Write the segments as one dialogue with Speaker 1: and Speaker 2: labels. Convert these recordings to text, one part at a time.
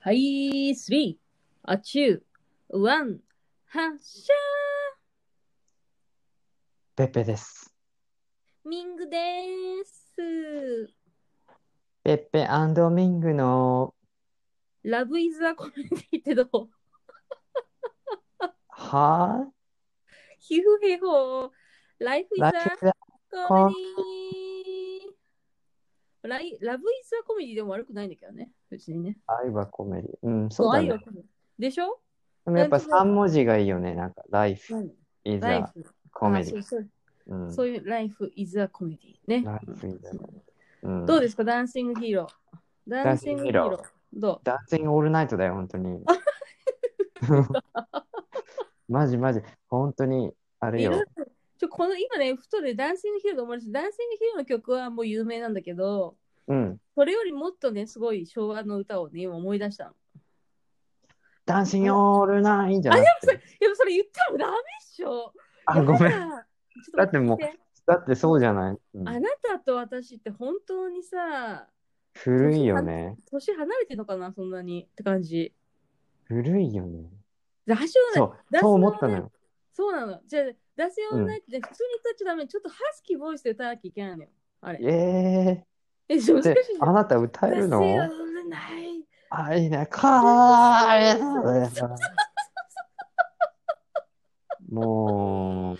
Speaker 1: はい、スリー、アチュー、ワン、発射
Speaker 2: ペッペです。
Speaker 1: ミングです。
Speaker 2: ペッペミングの
Speaker 1: ラブイズはコメディってどう
Speaker 2: は
Speaker 1: ヒフヘホー、ライフイズ
Speaker 2: ラ
Speaker 1: は
Speaker 2: イフは
Speaker 1: コメディライラブイズはコメディでも悪くないんだけどね、別にね。
Speaker 2: 愛はコメディ。うん、そうだ
Speaker 1: 愛
Speaker 2: ね
Speaker 1: は。コメディでしょ
Speaker 2: でもやっぱ三文字がいいよね。なんか、ライフ
Speaker 1: 何
Speaker 2: イ
Speaker 1: ライ
Speaker 2: ザ
Speaker 1: フ。
Speaker 2: コメデ
Speaker 1: あ
Speaker 2: ィ。
Speaker 1: そう
Speaker 2: うん
Speaker 1: そうそういうライフイズはコメディね。
Speaker 2: ライフイザうん
Speaker 1: どうですか、ダンシングヒーロー。ダンシングヒーロ
Speaker 2: ダンシングヒー
Speaker 1: ー
Speaker 2: ロ。
Speaker 1: どう
Speaker 2: ダンシングオールナイトだよ、本 当に。マジマジ、本当に、あれよ。
Speaker 1: ちょこの今ね、ふとでダンシングヒーローで思い出して、ダンシングヒーローの曲はもう有名なんだけど、
Speaker 2: うん。
Speaker 1: それよりもっとね、すごい昭和の歌をね、今思い出したの。
Speaker 2: ダンシングオールナイトじゃなくて。
Speaker 1: でもそれ言ってもダメっしょ。
Speaker 2: あ、ごめ
Speaker 1: や
Speaker 2: ん。
Speaker 1: だ。ちょ
Speaker 2: だ
Speaker 1: っ
Speaker 2: っ
Speaker 1: と
Speaker 2: ても
Speaker 1: 待
Speaker 2: う
Speaker 1: って、
Speaker 2: だってそうじゃない。うん
Speaker 1: あなたと私って本当にさ、
Speaker 2: 古いよね。
Speaker 1: 年離れてるのかな、そんなにって感じ。
Speaker 2: 古いよね。
Speaker 1: ダッシュオンナイト
Speaker 2: そう、そう思ったのよ。
Speaker 1: そうなの。じゃあ、ダッシュオンナイトで普通に歌っちゃダメ。ちょっとハスキーボイスで歌わなきゃいけないのよ。あれ。
Speaker 2: え
Speaker 1: え、難しい
Speaker 2: ー。
Speaker 1: じゃん
Speaker 2: で、あなた歌えるの
Speaker 1: ダッシュオンナイト
Speaker 2: あ、いいね。かー い。も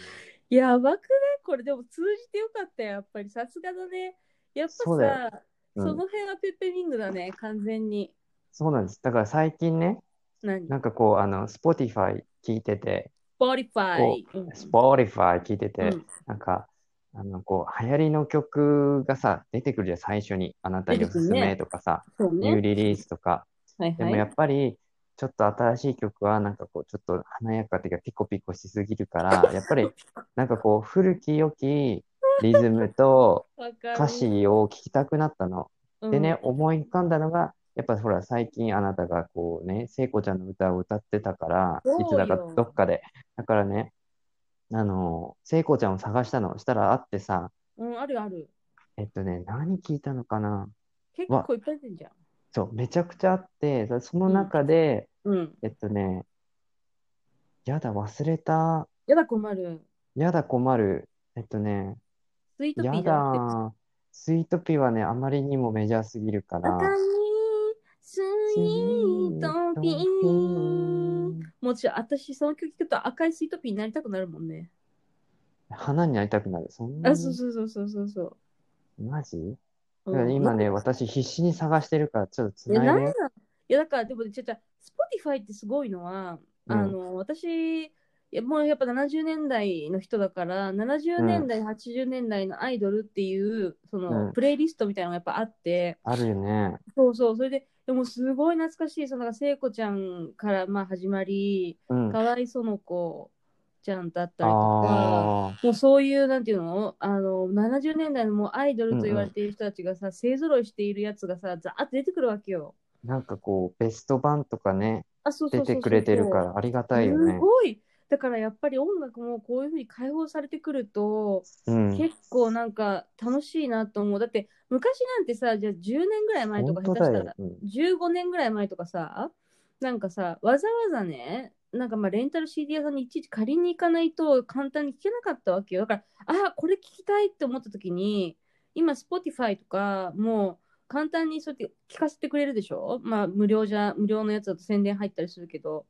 Speaker 2: う、
Speaker 1: やばくないこれでも通じてよかったよやっぱりさすがだねやっぱさそ,、
Speaker 2: そうだうん
Speaker 1: の辺はペッペミングだね完全に
Speaker 2: そうなんです。だから最近ね、
Speaker 1: 何
Speaker 2: なんかこう、あの、Spotify 聞いてて、
Speaker 1: ポリファイ、うん、
Speaker 2: Spotify 聞いてて、
Speaker 1: うん
Speaker 2: なんか、あの、こう、流行りの曲がさ、出てくるじゃん、最初に。あなたにおすすめとかさ、
Speaker 1: そう
Speaker 2: ニュー
Speaker 1: ね
Speaker 2: リリースとか。
Speaker 1: はい
Speaker 2: でもや
Speaker 1: はい
Speaker 2: っぱり、ちょっと新しい曲は、なんかこう、ちょっと華やかっていうか、ピコピコしすぎ るから、やっぱり、なんかこう、古き良きリズムと、
Speaker 1: わかる
Speaker 2: 歌詞を聞きたくなったの。でね、思い浮かんだのが、やっぱほら、最近あなたがこうね、聖子ちゃんの歌を歌ってたから、
Speaker 1: そう
Speaker 2: い
Speaker 1: よ
Speaker 2: つだかどっかで。だからね、あの、聖子ちゃんを探したの。したら会ってさ、
Speaker 1: うん、うん、あるある
Speaker 2: えっとね、何聞いたのかな
Speaker 1: 結構いっぱい出てんじゃん
Speaker 2: そう、めちゃくちゃあって、そその中で、
Speaker 1: うん
Speaker 2: えっとね、やだ、忘れた。
Speaker 1: やだ困る
Speaker 2: やだ、困る。えっとね、
Speaker 1: スイートピ
Speaker 2: や
Speaker 1: ーじゃなくて
Speaker 2: だ、スイートピーはね、あまりにもメジャーすぎるか
Speaker 1: あ
Speaker 2: ら
Speaker 1: か。にスイートピーもうちょ私その曲聞くと赤いスイートピーになりたくなるもんね
Speaker 2: 花になりたくなる。そんな
Speaker 1: あそう
Speaker 2: に
Speaker 1: そうそうそうそうそう
Speaker 2: マジ
Speaker 1: う
Speaker 2: だ
Speaker 1: ん
Speaker 2: から今ね、私必死に探してるから、ちょっと
Speaker 1: いや、
Speaker 2: 繋
Speaker 1: ないんなん
Speaker 2: で。
Speaker 1: いや、だから、でも、ちょっと、Spotify ってすごいのは、
Speaker 2: うん
Speaker 1: あの、私、いやもうやっぱ70年代の人だから、70年代、80年代のアイドルっていう、その、
Speaker 2: うん
Speaker 1: プレイリストみたいなのがやっぱあって、
Speaker 2: あるよね。
Speaker 1: そうそう、それで、でもすごい懐かしい、その、なんか聖子ちゃんから、まあ、始まり、
Speaker 2: うん。あ
Speaker 1: 河合園子ちゃんだったりとか、
Speaker 2: あ
Speaker 1: もうそういう、なんていうのあの、70年代のもうアイドルと言われている人たちがさ、勢ぞろいしているやつがさ、ざーっと出てくるわけよ。
Speaker 2: ー、なんかこう、ベスト版とかね、
Speaker 1: あ、そうそうそ
Speaker 2: 出
Speaker 1: うそう
Speaker 2: てくれてるからありがたいよね
Speaker 1: す。ごい。だからやっぱり音楽もこういうふうに解放されてくると、
Speaker 2: うん。
Speaker 1: 結構なんか楽しいなと思う。だって昔なんてさ、じゃあ10年ぐらい前とか
Speaker 2: 本当
Speaker 1: 下手した
Speaker 2: だよ
Speaker 1: ら。、
Speaker 2: う
Speaker 1: 15
Speaker 2: ん
Speaker 1: 年ぐらい前とかさ、なんかさ、わざわざね、なんかまあレンタル CD 屋さんにいちいち借りに行かないと簡単に聞けなかったわけよ。だから、あーこれ聞きたいって思った時に、今 Spotify とかもう簡単にそうやって聞かせてくれるでしょまあ無料じゃ、無料のやつだと宣伝入ったりするけど。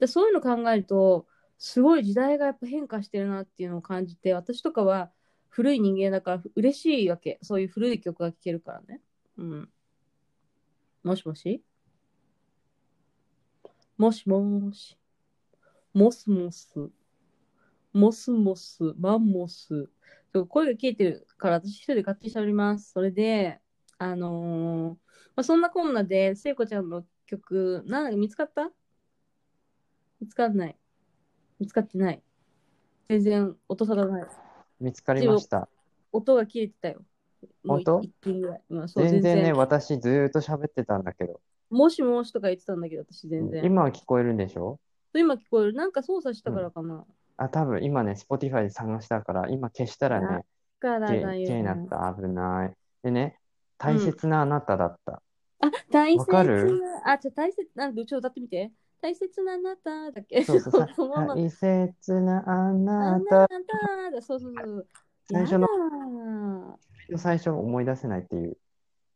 Speaker 1: でそういうの考えると、すごい時代がやっぱ変化してるなっていうのを感じて、私とかは古い人間だから嬉しいわけ。そういう古い曲が聴けるからね。うん。もしもしもしもし。もすもす。もすもす。マンモス。そう声が消えてるから私一人で勝手に喋ります。それで、あのーまあ、そんなこんなで、聖子ちゃんの曲、なんだ見つかった見つかんない。見つかってない。全然音沙汰ない。
Speaker 2: 見つかりました。
Speaker 1: 音が切れてたよ。もう
Speaker 2: 本当
Speaker 1: 一点ぐらい。うんそう
Speaker 2: 全
Speaker 1: 全
Speaker 2: 然
Speaker 1: 然
Speaker 2: ね、私ずーっと喋ってたんだけど、
Speaker 1: もしもしとか言ってたんだけど、私全然。
Speaker 2: 今は聞こえるんでしょ
Speaker 1: 今聞こえる。なんか操作したからかな。
Speaker 2: あ、多分今ね、Spotify で探したから、今消したらね、
Speaker 1: から
Speaker 2: け
Speaker 1: だよ。
Speaker 2: けになった、危ない。でね、大切なあなただった。
Speaker 1: あ、大切
Speaker 2: わかる
Speaker 1: な、あ、じゃ大切な、ちょっと歌ってみて。大切なあなただっけ。
Speaker 2: そうそうそう
Speaker 1: そのまま
Speaker 2: 大切なあ
Speaker 1: あ
Speaker 2: な
Speaker 1: な
Speaker 2: た
Speaker 1: ただ、そうそうそう。
Speaker 2: 最初の
Speaker 1: の。
Speaker 2: 最初思い出せないっていう。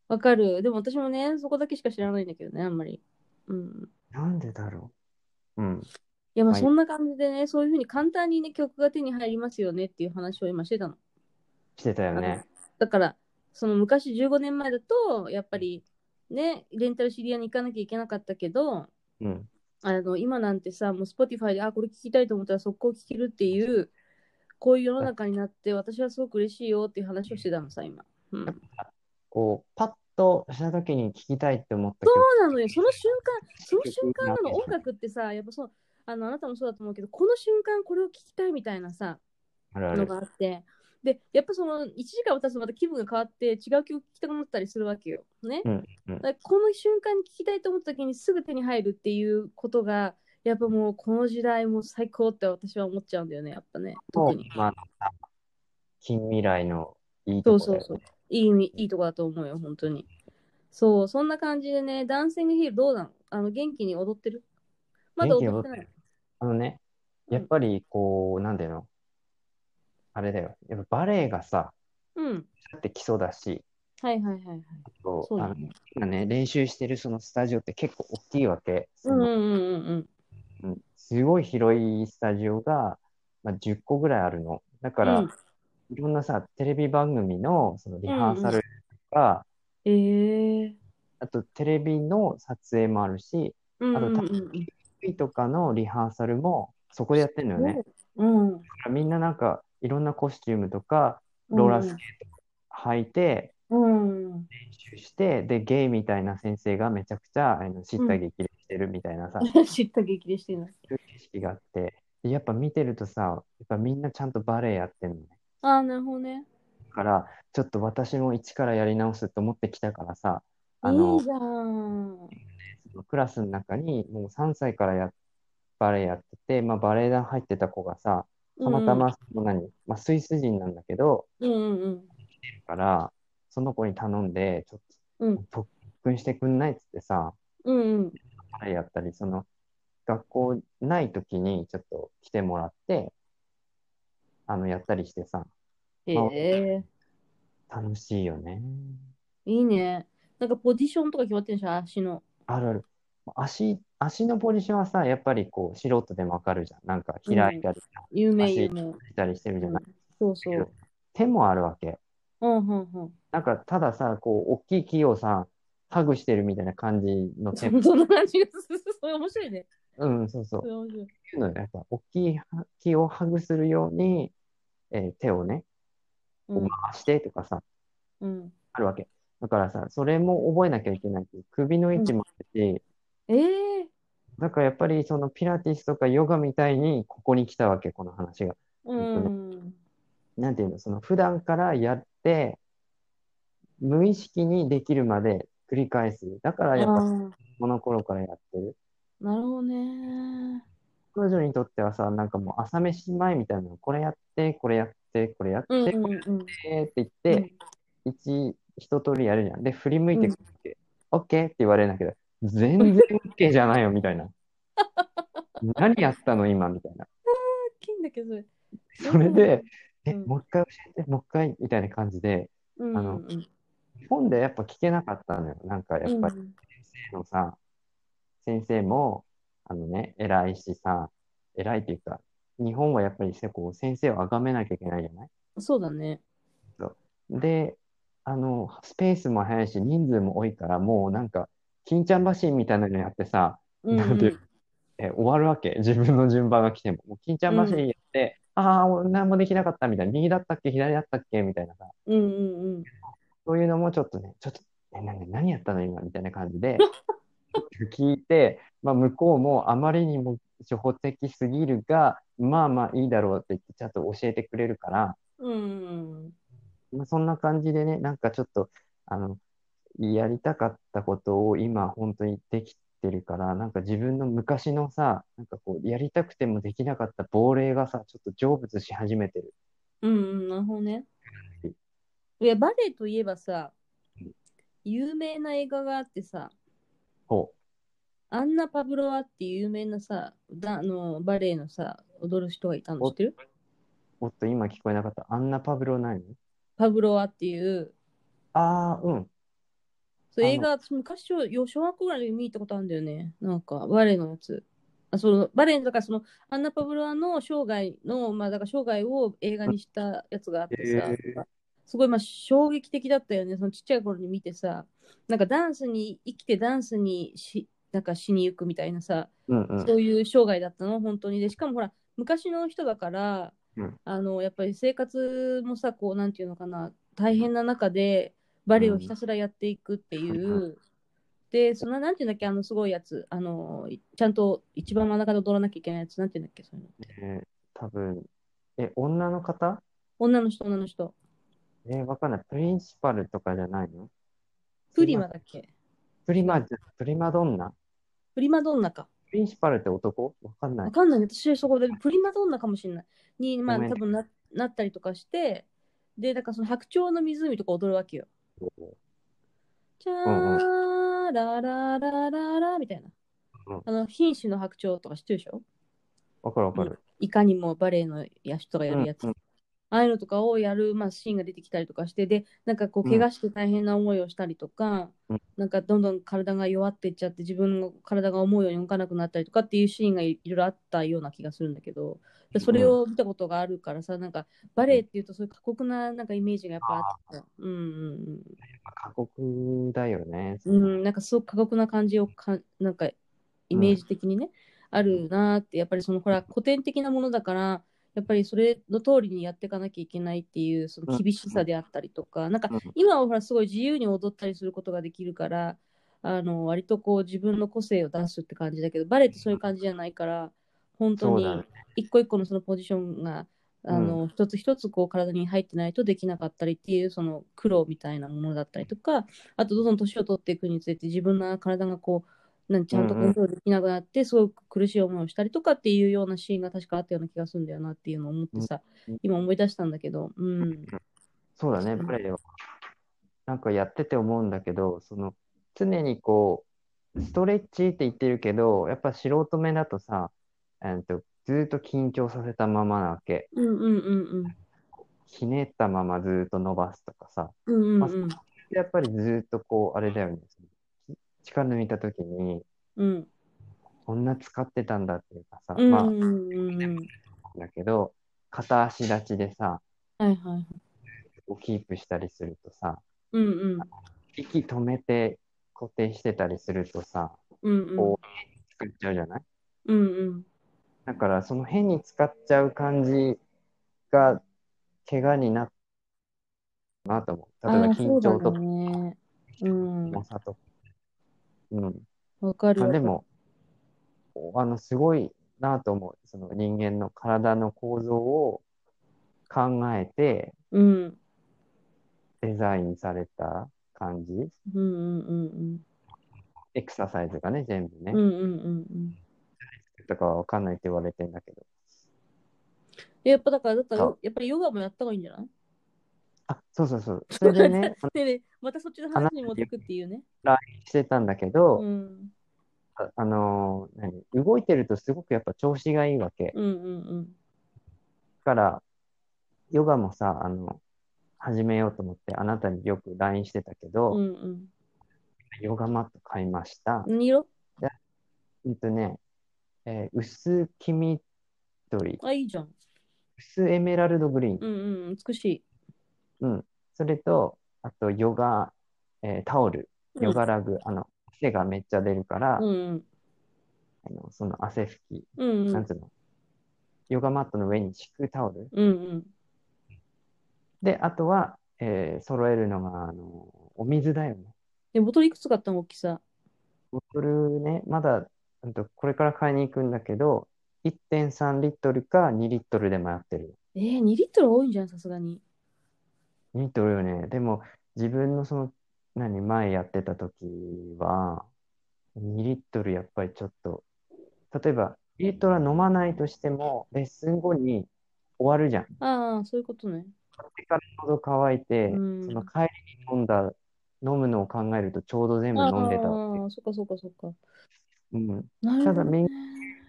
Speaker 1: わかる。でも私もね、そこだけしか知らないんだけどね、あんまり。うん。
Speaker 2: なんでだろう。うん。
Speaker 1: いや、まあ
Speaker 2: はい
Speaker 1: そんな感じでね、そういうふうに簡単にね、曲が手に入りますよねっていう話を今してたの。
Speaker 2: してたよね。
Speaker 1: だから、その昔15年前だと、やっぱりね、レンタルシリアに行かなきゃいけなかったけど、
Speaker 2: うん。
Speaker 1: あの今なんてさ、もう Spotify で、あ、これ聞きたいと思ったら速攻聞けるっていう、こういう世の中になって、私はすごく嬉しいよっていう話をしてたのさ、今。うん、そう
Speaker 2: こう、パッとした時に聴きたいって思った曲。
Speaker 1: なのよ、その瞬間、その瞬間なの、音楽ってさ、やっぱそう、あのあなたもそうだと思うけど、この瞬間、これを聞きたいみたいなさ、
Speaker 2: あるあ
Speaker 1: の
Speaker 2: る
Speaker 1: が。あって、で、やっぱその1時間経つとまた気分が変わって、違う曲聴きたくなったりするわけよ。ね。
Speaker 2: うんうん
Speaker 1: だからこの瞬間に聴きたいと思った時にすぐ手に入るっていうことが、やっぱもうこの時代も最高って私は思っちゃうんだよね、やっぱね。
Speaker 2: も
Speaker 1: 特
Speaker 2: う
Speaker 1: に。
Speaker 2: まあ、近未来のいい
Speaker 1: そ
Speaker 2: と
Speaker 1: う
Speaker 2: ころ
Speaker 1: そうそ
Speaker 2: だよ
Speaker 1: う
Speaker 2: ね。。
Speaker 1: いい意味、いいとこだと思うよ、本当に。そう、そんな感じでね、ダンシングヒールどうなのあの、元気に踊ってるまだ
Speaker 2: 元気に
Speaker 1: 踊
Speaker 2: 踊
Speaker 1: っ
Speaker 2: って
Speaker 1: な
Speaker 2: て
Speaker 1: い。
Speaker 2: るあのね、
Speaker 1: うん
Speaker 2: やっぱりこう、なんていうのあれだよ。やっぱバレエがさ、
Speaker 1: うん。
Speaker 2: だって基礎だし、
Speaker 1: はいはいはいはい。
Speaker 2: こう
Speaker 1: そうだ
Speaker 2: あの
Speaker 1: ね。
Speaker 2: 今ね、練習してるそのスタジオって結構大きいわけ。そ
Speaker 1: うんうんう
Speaker 2: の
Speaker 1: んうん。
Speaker 2: うんすごい広いスタジオが、まあ、10個ぐらいあるの。だから、
Speaker 1: うん
Speaker 2: いろんなさ、テレビ番組のそのリハーサルとか、
Speaker 1: えー。
Speaker 2: あとテレビの撮影もあるし、
Speaker 1: うんうんうんうん。
Speaker 2: TV とかのリハーサルもそこでやってるのよね。だ
Speaker 1: うん。うん
Speaker 2: からみんななんか、いろんなコスチュームとか、ローラスケート履いて、
Speaker 1: うん。
Speaker 2: 練習して、で、ゲイみたいな先生がめちゃくちゃ、あの、叱咤激励してるみたいなさ、
Speaker 1: 知った激励してない。
Speaker 2: そういう景色があって、でやっぱ見てるとさ、やっぱみんなちゃんとバレエやってるのね。
Speaker 1: ああ、なるほどね。
Speaker 2: だから、ちょっと私も一からやり直すと思ってきたからさ、あ
Speaker 1: い
Speaker 2: の
Speaker 1: い、じゃん。
Speaker 2: クラスの中にもう3歳からやバレエやってて、まあ、バレエ団入ってた子がさ、たまたまその何、まあ、スイス人なんだけど、
Speaker 1: うんうんうん。
Speaker 2: だから、その子に頼んで、ちょっ
Speaker 1: うん
Speaker 2: と特訓してくんないっつってさ、
Speaker 1: うんうん。
Speaker 2: バレエやったり、その、学校ない時にちょっと来てもらって、あの、やったりしてさ、
Speaker 1: へえ。
Speaker 2: 楽しいよね。
Speaker 1: いいね。なんかポジションとか決まってるでしょ、足の。
Speaker 2: あるある。足、足のポジションはさ、やっぱりこう、素人でもわかるじゃん。なんか開いたり、
Speaker 1: 有名、
Speaker 2: 足
Speaker 1: 有名。
Speaker 2: 開いたりしてるじゃない。
Speaker 1: そうそう。
Speaker 2: 手もあるわけ。
Speaker 1: うんうんうん。
Speaker 2: なんか、たださ、こう、大きい木をさ、ハグしてるみたいな感じの手。
Speaker 1: そんな感じがする。それ面白いね。
Speaker 2: うん、そうそう
Speaker 1: そ。れ面白い。
Speaker 2: っていうのはやっぱ、大きい木をハグするように、えー手をね、こ
Speaker 1: う
Speaker 2: うん回してとかさ、
Speaker 1: うん。
Speaker 2: あるわけ。だからさ、それも覚えなきゃいけないっていう、首の位置もあるし、
Speaker 1: ええ。
Speaker 2: だからやっぱり、そのピラティスとかヨガみたいに、ここに来たわけ、この話が。
Speaker 1: うん。
Speaker 2: なんていうの、その普段からやって、無意識にできるまで繰り返す。だか
Speaker 1: あ
Speaker 2: ら
Speaker 1: あ
Speaker 2: やっぱ、
Speaker 1: ー、
Speaker 2: この頃からやってる。
Speaker 1: なるほどね。
Speaker 2: 彼女にとってはさ、なんかもう朝飯前みたいなの、これやって、これやって、これやって、
Speaker 1: うん
Speaker 2: こ
Speaker 1: うんうん。
Speaker 2: れやってって言って、一、一通りやるじゃん。で、振り向いてくるわけ、オッケーって言われるんだけど、全然オッケーじゃないよ、みた いな。何やったの、今、みたいな。
Speaker 1: 大きいんだけど、それ。
Speaker 2: それで、
Speaker 1: うん
Speaker 2: え、もう一回教えて、もう一回、みたいな感じで、
Speaker 1: うんうんうん、
Speaker 2: 日本でやっぱ聞けなかったのよ。なんかやっぱり
Speaker 1: うんうん
Speaker 2: のさ、先生も、あのね、偉いしさ、偉いっていうか、日本はやっぱりせこう先生を崇めなきゃいけないじゃない
Speaker 1: そうだね。
Speaker 2: で、あの、スペースも早いし、人数も多いから、もうなんか、金ちゃん走りみたいなのやってさ、
Speaker 1: うんう
Speaker 2: なんてい
Speaker 1: ん
Speaker 2: う、え、終わるわけ。自分の順番が来ても。もう金ちゃん走りやって、ああ、何もできなかったみたいな、右だったっけ、左だったっけみたいなさ、
Speaker 1: うんうんうん。
Speaker 2: そういうのもちょっとね、ちょっと、え、なに何やったの今みたいな感じで、 聞いて、まあ、向こうもあまりにも初歩的すぎるが、まあまあいいだろうって言って、ちゃんと教えてくれるから、
Speaker 1: うん
Speaker 2: まあ、そんな感じでね、なんかちょっと、あの、やりたかったことを今本当にできてるから、なんか自分の昔のさ、なんかこう、やりたくてもできなかった亡霊がさ、ちょっと成仏し始めてる。
Speaker 1: うんうん、なるほどね。いや、バレエといえばさ、有名な映画があってさ、
Speaker 2: ほ
Speaker 1: アンナ・パブロワっていう有名なさ、だあのバレエのさ、踊る人がいたの
Speaker 2: お
Speaker 1: 知ってる
Speaker 2: う。おっと、今聞こえなかった。アンナ・パブロ何
Speaker 1: パブロワっていう、
Speaker 2: ああ、うん。
Speaker 1: そう
Speaker 2: あの
Speaker 1: 映画、私昔小よ小学校ぐらいで見に行ったことあるんだよね。なんか、バレエのやつ。あそのバレエの、だからその、アンナ・パブロワの生涯の、まあ、だから生涯を映画にしたやつがあってさ、
Speaker 2: へ
Speaker 1: すごい、まあ、衝撃的だったよね。そのちっちゃい頃に見てさ、なんかダンスに生きてダンスにし、なんか死に行くみたいなさ、
Speaker 2: うんうん。
Speaker 1: そういう生涯だったの、本当に。で、しかもほら、昔の人だから、
Speaker 2: うん
Speaker 1: あの、やっぱり生活もさ、こう、なんていうのかな、大変な中で、バレエをひたすらやっていくっていう、
Speaker 2: う
Speaker 1: で、その、なんていうんだっけ、あの、すごいやつ、あの、いちゃんと一番真ん中で踊らなきゃいけないやつ、なんていうんだっけ、そういうの。
Speaker 2: えー多分、え、女の方
Speaker 1: 女の人、女の人。
Speaker 2: えーわかんない。プリンシパルとかじゃないの
Speaker 1: プリマだっけ
Speaker 2: プリマ、プリマドンナ
Speaker 1: プリマドンナか。
Speaker 2: プリンシパルって男わかんない
Speaker 1: わ。かんない。私、そこでプリマドンナかもしれない。に、まあ、
Speaker 2: ごめん
Speaker 1: 多分ななったりとかして、で、だからその白鳥の湖とか踊るわけよ。チャーラララララみたいな
Speaker 2: うん。
Speaker 1: あの、品種の白鳥とか知ってるでしょ
Speaker 2: わかるわかる。
Speaker 1: いかにもバレエのや人がやるやつ。
Speaker 2: うんうん
Speaker 1: ああいうのとかをやる、まあ、シーンが出てきたりとかして、で、なんかこう、
Speaker 2: うん
Speaker 1: 怪我して大変な思いをしたりとか、
Speaker 2: うん
Speaker 1: なんかどんどん体が弱っていっちゃって、自分の体が思うように動かなくなったりとかっていうシーンがいいろいろあったような気がするんだけど、でそれを見たことがあるからさ、なんかバレエっていうとそういう過酷ななんかイメージがやっぱあった。うんうん
Speaker 2: 過酷だよね。
Speaker 1: うん。うん、なんかすごく過酷な感じをか、なんかイメージ的にね、あるなーって、やっぱりそのほら古典的なものだから、やっぱりそれの通りにやっていかなきゃいけないっていうその厳しさであったりとか、なんか
Speaker 2: うん
Speaker 1: 今はほらすごい自由に踊ったりすることができるから、あの割とこう自分の個性を出すって感じだけど、バレエってそういう感じじゃないから、本当
Speaker 2: そう
Speaker 1: に
Speaker 2: だね。
Speaker 1: 一個一個のそのポジションが、あの、一つ一つこう体に入ってないとできなかったりっていうその苦労みたいなものだったりとか、あとどんどん年を取っていくにつれて自分の体がこう、なんちゃんとコントロールできなくなって、すごく苦しい思いをしたりとかっていうようなシーンが確かあったような気がするんだよなっていうのを思ってさ、
Speaker 2: うん
Speaker 1: 今思い出したんだけど、うん。
Speaker 2: そうだね、
Speaker 1: うん
Speaker 2: バレエは。なんかやってて思うんだけど、その、常にこう、ストレッチって言ってるけど、やっぱ素人目だとさ、えーと、ずーっと緊張させたままなわけ。
Speaker 1: うんうんうんうん。
Speaker 2: ひねったままずーっと伸ばすとかさ。
Speaker 1: うんうんうん。
Speaker 2: やっぱりずーっとこう、あれだよね。力抜いたときに、
Speaker 1: うん
Speaker 2: こんな使ってたんだっていうかさ、
Speaker 1: うん
Speaker 2: まあ、
Speaker 1: うんうんうん。
Speaker 2: だけど、片足立ちでさ、
Speaker 1: はいはい。
Speaker 2: をキープしたりするとさ、
Speaker 1: うんうん。
Speaker 2: 息止めて固定してたりするとさ、
Speaker 1: うんうん
Speaker 2: こう、使っちゃうじゃない
Speaker 1: うんうん。
Speaker 2: だから、その変に使っちゃう感じが、怪我になったなと思う。例えば、
Speaker 1: ああ、そ
Speaker 2: 緊
Speaker 1: うだ
Speaker 2: 張とか
Speaker 1: ね。うん。
Speaker 2: 重さとか。うん。
Speaker 1: わかる
Speaker 2: あ
Speaker 1: わ。
Speaker 2: でも、あの、すごいなと思う。その人間の体の構造を考えて
Speaker 1: うん。
Speaker 2: デザインされた感じ。
Speaker 1: うんうんうん
Speaker 2: エクササイズがね、全部ね
Speaker 1: うん。う。んうんうんうん。
Speaker 2: とかはわかんないって言われてんだけど。
Speaker 1: やっぱだから、だったら
Speaker 2: あ
Speaker 1: やっぱりヨガもやった方がいいんじゃない
Speaker 2: あ、そうそうそ う。それでね、
Speaker 1: ねえねえまたそっちの話に戻ってくっていうね。
Speaker 2: してたんだけど、
Speaker 1: うん。
Speaker 2: ああのー何動いてるとすごくやっぱ調子がいいわけ。だ
Speaker 1: うんうん
Speaker 2: から、ヨガもさ、あの、始めようと思って、あなたによく LINE してたけ
Speaker 1: うん。
Speaker 2: ど、
Speaker 1: うんうん。
Speaker 2: ヨガマット買いました。
Speaker 1: 何色
Speaker 2: うんとね、えー薄黄緑、
Speaker 1: あ、いいじゃん。
Speaker 2: 薄エメラルドグリーン、
Speaker 1: うんうん。美しい。
Speaker 2: それと、あとヨガ、えータオル、
Speaker 1: うん
Speaker 2: ヨガラグ、あの、汗がめっちゃ出るから、
Speaker 1: うんうん。
Speaker 2: あのその汗拭き、
Speaker 1: うんう
Speaker 2: なん
Speaker 1: ん。
Speaker 2: つうの、ヨガマットの上に敷くタオル。
Speaker 1: うんうん。
Speaker 2: で、あとは、えー揃えるのが、あの、お水だよね。
Speaker 1: で、ボトルいくつ買ったの大きさ。
Speaker 2: ボトルね、まだ、うんとこれから買いに行くんだけど、1.3リットルか2リットルで迷ってる。
Speaker 1: えー、2リットル多いんじゃん、さすがに。
Speaker 2: 2リットルよね。でも、自分のその、何、前やってた時は、2リットルやっぱりちょっと、例えば、2リットルは飲まないとしても、レッスン後に終わるじゃん。
Speaker 1: ああ、そういうことね。
Speaker 2: 買ってから喉乾いて、
Speaker 1: うん
Speaker 2: その帰りに飲んだ飲むのを考えるとちょうど全部飲んでたっていう
Speaker 1: ああ、そっかそっかそっか。
Speaker 2: うん、
Speaker 1: なるほ
Speaker 2: た
Speaker 1: ど
Speaker 2: だ
Speaker 1: ね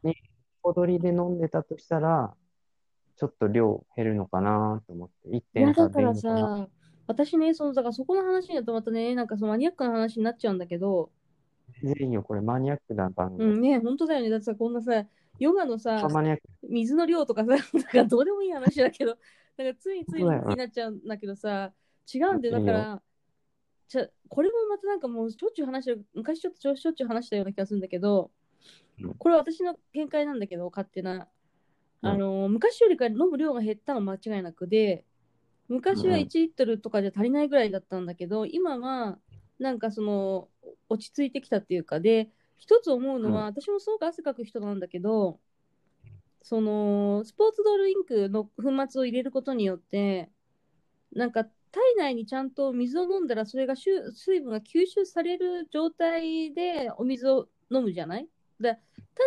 Speaker 2: メイン小鳥で飲んでたとしたら、ちょっと量減るのかなと思って、
Speaker 1: いや、だ
Speaker 2: 1.3
Speaker 1: か
Speaker 2: でいい
Speaker 1: ら
Speaker 2: のかな。
Speaker 1: さ、私ね、その、だからそこの話になるとまたね、なんかそのマニアックな話になっちゃうんだけど、
Speaker 2: 全然いいよ、これマニアックな番
Speaker 1: う
Speaker 2: 組。
Speaker 1: んね、本当だよね。だってさ、こんなさ、ヨガのさ、
Speaker 2: マニアック
Speaker 1: 水の量とかさ、 なんかどうでもいい話だけど、なんかついつい
Speaker 2: そうだよ
Speaker 1: になっちゃうんだけどさ、違うんで、
Speaker 2: いい
Speaker 1: だ
Speaker 2: よ
Speaker 1: から、じゃこれもまたなんかもうしょっちゅう話してる、昔ちょっとしょっちゅう話したような気がするんだけど
Speaker 2: うん、
Speaker 1: これ私の見解なんだけど、勝手な。
Speaker 2: うん
Speaker 1: あのー昔よりか飲む量が減ったのは間違いなくで、昔は
Speaker 2: うんうん
Speaker 1: 1リットルとかじゃ足りないぐらいだったんだけど、今はなんかその落ち着いてきたっていうかで、一つ思うのは、私もすごく汗かく人なんだけど、そのスポーツドリンクの粉末を入れることによってなんか体内にちゃんと水を飲んだらそれがしゅ水分が吸収される状態でお水を飲むじゃないだた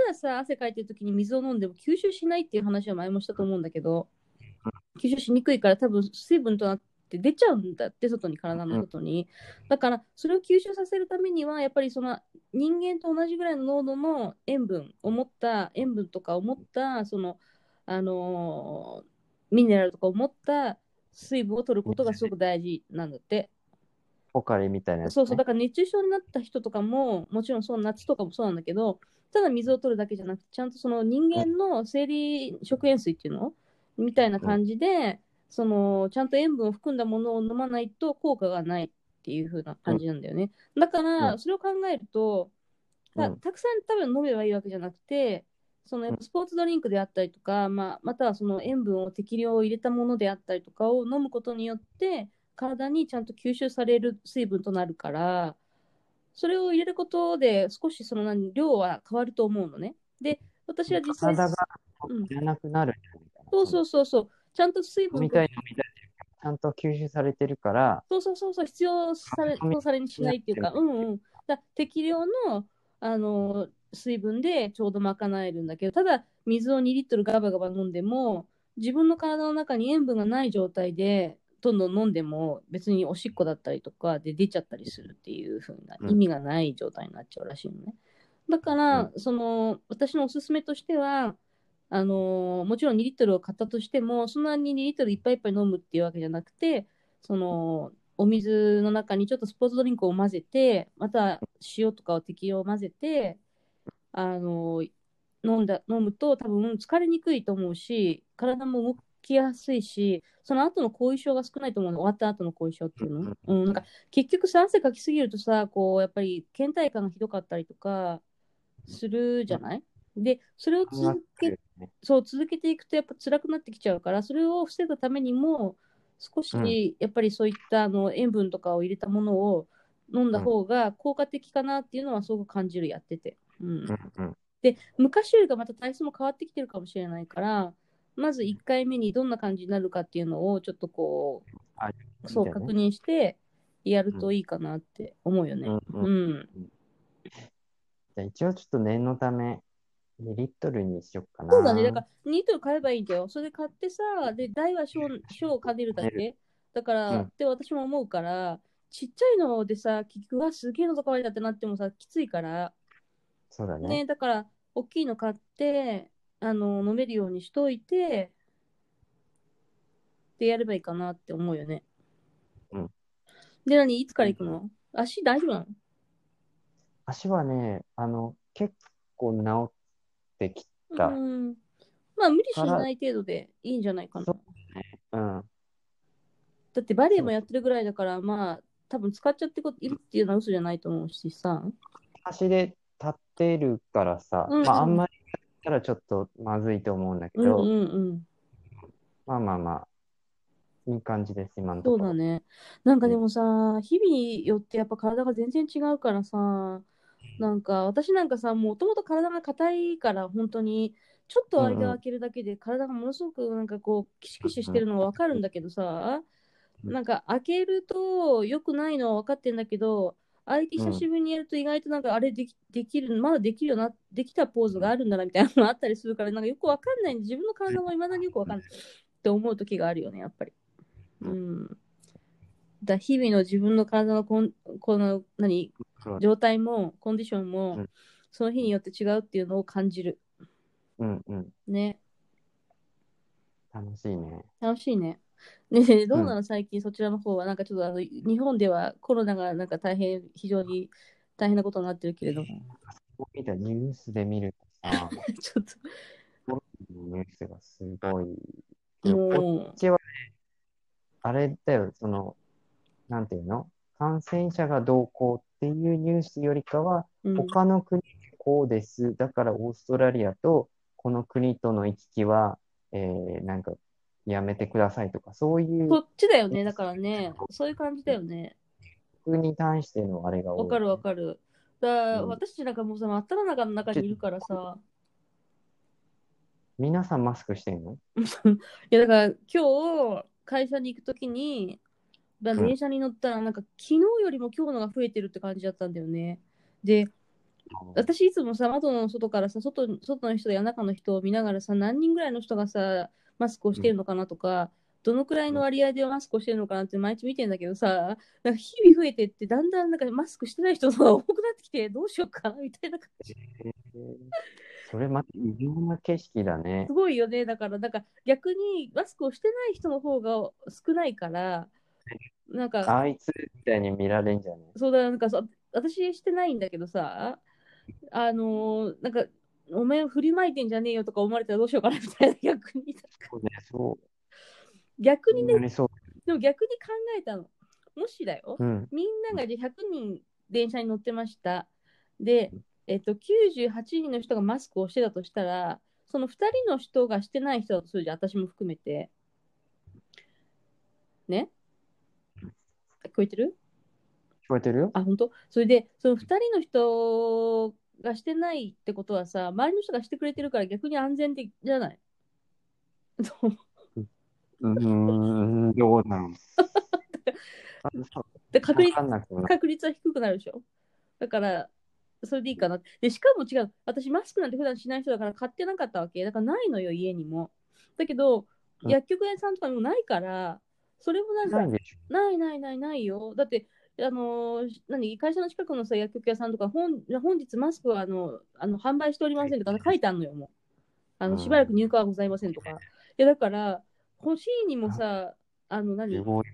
Speaker 1: ださ汗かいてる時に水を飲んでも吸収しないっていう話は前もしたと思うんだけど吸収しにくいから多分水分となって出ちゃうんだって外に体の外にだからそれを吸収させるためにはやっぱりその人間と同じぐらいの濃度の塩分を持った塩分とかを持ったその、あのーミネラルとかを持った水分を取ることがすごく大事なんだって。
Speaker 2: ポカリみたいなやつ、
Speaker 1: そうそう、
Speaker 2: ね
Speaker 1: だ。から熱中症になった人とかも、もちろんそう夏とかもそうなんだけど、ただ水を取るだけじゃなくて、ちゃんとその人間の生理食塩水っていうのみたいな感じで、そのちゃんと塩分を含んだものを飲まないと効果がないっていう風な感じなんだよね。だか
Speaker 2: う
Speaker 1: ら、それを考えると、た
Speaker 2: うん
Speaker 1: たくさん多分飲めばいいわけじゃなくて、そのやっぱスポーツドリンクであったりとか、まあ、またはその塩分を適量入れたものであったりとかを飲むことによって、体にちゃんと吸収される水分となるから、それを入れることで少しその何量は変わると思うのね。で、私は実際、
Speaker 2: 体が
Speaker 1: うん
Speaker 2: いらなくなるんじゃないかな。
Speaker 1: そうそうそうそう、ちゃんと水
Speaker 2: 飲
Speaker 1: 分
Speaker 2: み
Speaker 1: と
Speaker 2: たい飲みたい。ちゃんと吸収されてるから、
Speaker 1: そうそうそうそう、必要され、
Speaker 2: 噛み
Speaker 1: そうされにしないっていうか、
Speaker 2: う
Speaker 1: うんうん。だ適量の、あの水分でちょうど賄えるんだけど、ただ、水を2リットルガバガバ飲んでも、自分の体の中に塩分がない状態で、どんどん飲んでも、別におしっこだったりとかで出ちゃったりするっていう風な
Speaker 2: うん
Speaker 1: 意味がない状態になっちゃうらしいのね。だから、その、私のおすすめとしては、あのもちろん2リットルを買ったとしても、そんなに2リットルいっぱいいっぱい飲むっていうわけじゃなくて、そのお水の中にちょっとスポーツドリンクを混ぜて、また塩とかを適量混ぜて、あの飲んだ飲むと多分疲れにくいと思うし、体も動きやすいし、その後の後遺症が少ないと思うの、終わった後の後遺症っていうの。うん、なんか結局さ、汗かきすぎるとさ、こうやっぱり倦怠感がひどかったりとかするじゃないで、それを
Speaker 2: 考
Speaker 1: 続
Speaker 2: え
Speaker 1: け
Speaker 2: るよね
Speaker 1: そう続けていくとやっぱ辛くなってきちゃうからそれを防ぐためにも少しやっぱりそういったあの塩分とかを入れたものを飲んだ方が効果的かなっていうのはすごく感じるやってて、うん
Speaker 2: う、んうん。
Speaker 1: で昔よりかまた体質も変わってきてるかもしれないからまず1回目にどんな感じになるかっていうのをちょっとこ
Speaker 2: あ
Speaker 1: うそう
Speaker 2: みたいなね
Speaker 1: 確認してやるといいかなって思うよね
Speaker 2: うんうん
Speaker 1: うん
Speaker 2: じゃあ一応ちょっと念のため、2リットルにしよっかな。
Speaker 1: そうだね。だから、2トル買えばいいんだよ。それ買ってさ、で、大は小、小を兼ねるだ
Speaker 2: 兼ね
Speaker 1: け。だから、
Speaker 2: うん
Speaker 1: って私も思うから、ちっちゃいのでさ、結局はすげえのとかわりだってなってもさ、きついから、
Speaker 2: そうだ
Speaker 1: ね、
Speaker 2: ね。
Speaker 1: だから、大きいの買って、あの、飲めるようにしといて、で、やればいいかなって思うよね。
Speaker 2: うん。
Speaker 1: で、何いつから行くの足大丈夫なの
Speaker 2: 足はね、あの、結構治ってきた。
Speaker 1: うん。まあ、無理しない程度でいいんじゃないかな
Speaker 2: そ。うん。
Speaker 1: だってバレエもやってるぐらいだから、まあ、多分使っちゃってこいるっていうのは嘘じゃないと思うしさ。
Speaker 2: 足で立ってるからさ、
Speaker 1: うんうん
Speaker 2: まあ、あんまりやったらちょっとまずいと思うんだけ
Speaker 1: うん
Speaker 2: ど、
Speaker 1: うんうん。
Speaker 2: まあまあまあ、いい感じです、今の
Speaker 1: そ
Speaker 2: と
Speaker 1: う
Speaker 2: こ
Speaker 1: だ
Speaker 2: ろ。
Speaker 1: ね。なんかでもさ、日々よってやっぱ体が全然違うからさ、なんか私なんかさ、もともと体が硬いから、本当に、ちょっと間を空けるだけで体がものすごくなんかこう、キシキシしてるのがわかるんだけどさ、
Speaker 2: うん
Speaker 1: なんか開けると良くないのは分かってんだけど、相手久しぶりにやると意外となんかあれできできる、まだできるような、できたポーズがあるんだなみたいなのがあったりするから、なんかよくわかんない、自分の体もいまだによくわかんないって思う時があるよね、やっぱり。うん。った日々の自分の体のこんこの何
Speaker 2: そう
Speaker 1: 状態もコンディションも、
Speaker 2: うん
Speaker 1: その日によって違うっていうのを感じる
Speaker 2: うんうん。
Speaker 1: ね
Speaker 2: 楽しいね。
Speaker 1: 楽しいねねえねえねえどうなの、最近そちらの方はなんかちょっとあの日本ではコロナがなんか大変非常に大変なことになってるけれども
Speaker 2: こう見たニュースで見るとさ、
Speaker 1: ちょっ
Speaker 2: ニュースがすごい。
Speaker 1: とも
Speaker 2: あれだよ、その、なんていうの感染者がどうこうっていうニュースよりかは、
Speaker 1: う、うん、
Speaker 2: 他の国こうです。だからオーストラリアとこの国との行き来は、えー、なんかやめてくださいとか、そういう
Speaker 1: そっちだよねだからねそういう感じだよね、
Speaker 2: 国に対してのあれが多い。
Speaker 1: わかるわかる。だから
Speaker 2: うん
Speaker 1: 私たちなんかもうその真っただ中の中にいるからさ。
Speaker 2: 皆さんマスクしてんの
Speaker 1: いやだから今日会社に行くときに、だから
Speaker 2: うん
Speaker 1: 電車に乗ったらなんか昨日よりも今日のが増えてるって感じだったんだよね。で、私いつもさ、窓の外からさ、外に外の人や中の人を見ながらさ、何人ぐらいの人がさ、マスクをしてるのかなとか、どのくらいの割合でマスクをしてるのかなって毎日見てんだけどさ、なんか日々増えてって、だんだんなんかマスクしてない人が多くなってきて、どうしようかなみたいな感じ。
Speaker 2: えーそれまた異様な景色だね
Speaker 1: す。ごいよね。だから、なんか逆にマスクをしてない人の方が少ないから、なんか、
Speaker 2: あいつみたいに見られんじゃね
Speaker 1: そうだ、なんかさ、私してないんだけどさ、あのーなんか、お前振りまいてんじゃねえよとか思われたらどうしようかなみたいな、逆に。
Speaker 2: そうね、そ
Speaker 1: 逆
Speaker 2: う。
Speaker 1: にね、
Speaker 2: なりそう。
Speaker 1: でも逆に考えたの。もしだよ、
Speaker 2: うん。
Speaker 1: みんながじゃあ100人電車に乗ってました。で、えっと、98人の人がマスクをしてたとしたら、その2人の人がしてない人だとするじゃん、私も含めて。ね聞こえてる
Speaker 2: 聞こえてるよ
Speaker 1: あ、本当それで、その2人の人がしてないってことはさ、周りの人がしてくれてるから逆に安全的じゃない
Speaker 2: うーん、どうなのあそう
Speaker 1: で確
Speaker 2: わ
Speaker 1: 率
Speaker 2: かんなくなる。
Speaker 1: 確率は低くなるでしょ。だから、それでいいかな。で、しかも違う。私、マスクなんて普段しない人だから買ってなかったわけ。だからないのよ、家にも。だけど、
Speaker 2: うん
Speaker 1: 薬局屋さんとかにもないから、それもなんか
Speaker 2: ない、でしょ。
Speaker 1: ないないないないよ。だって、あのー何会社の近くのさ薬局屋さんとか本、本日マスクはあのあの販売しておりませんとか書いてあるのよ、もう。あ
Speaker 2: う
Speaker 1: の
Speaker 2: ん
Speaker 1: しばらく入荷はございませんとか。いや、だから、欲しいにもさ、あの何
Speaker 2: すごい。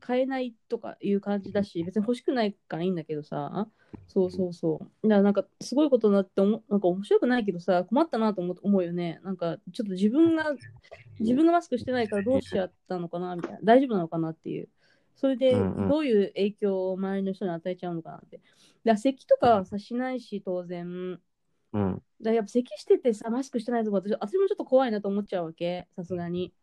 Speaker 1: 買えないとかいう感じだし、別に欲しくないからいいんだけどさ、そうそうそう。だからなんかすごいことになっておも、なんか面白くないけどさ、困ったなと思思うよね。なんかちょっと自分が、自分がマスクしてないからどうしちゃったのかなみたいな、大丈夫なのかなっていう。それで
Speaker 2: うんうん
Speaker 1: どういう影響を周りの人に与えちゃうのかなって。だから咳とかはさしないし、当然。だか
Speaker 2: うん。
Speaker 1: らやっぱ咳しててさ、マスクしてないとか私、私もちょっと怖いなと思っちゃうわけ、さすがに。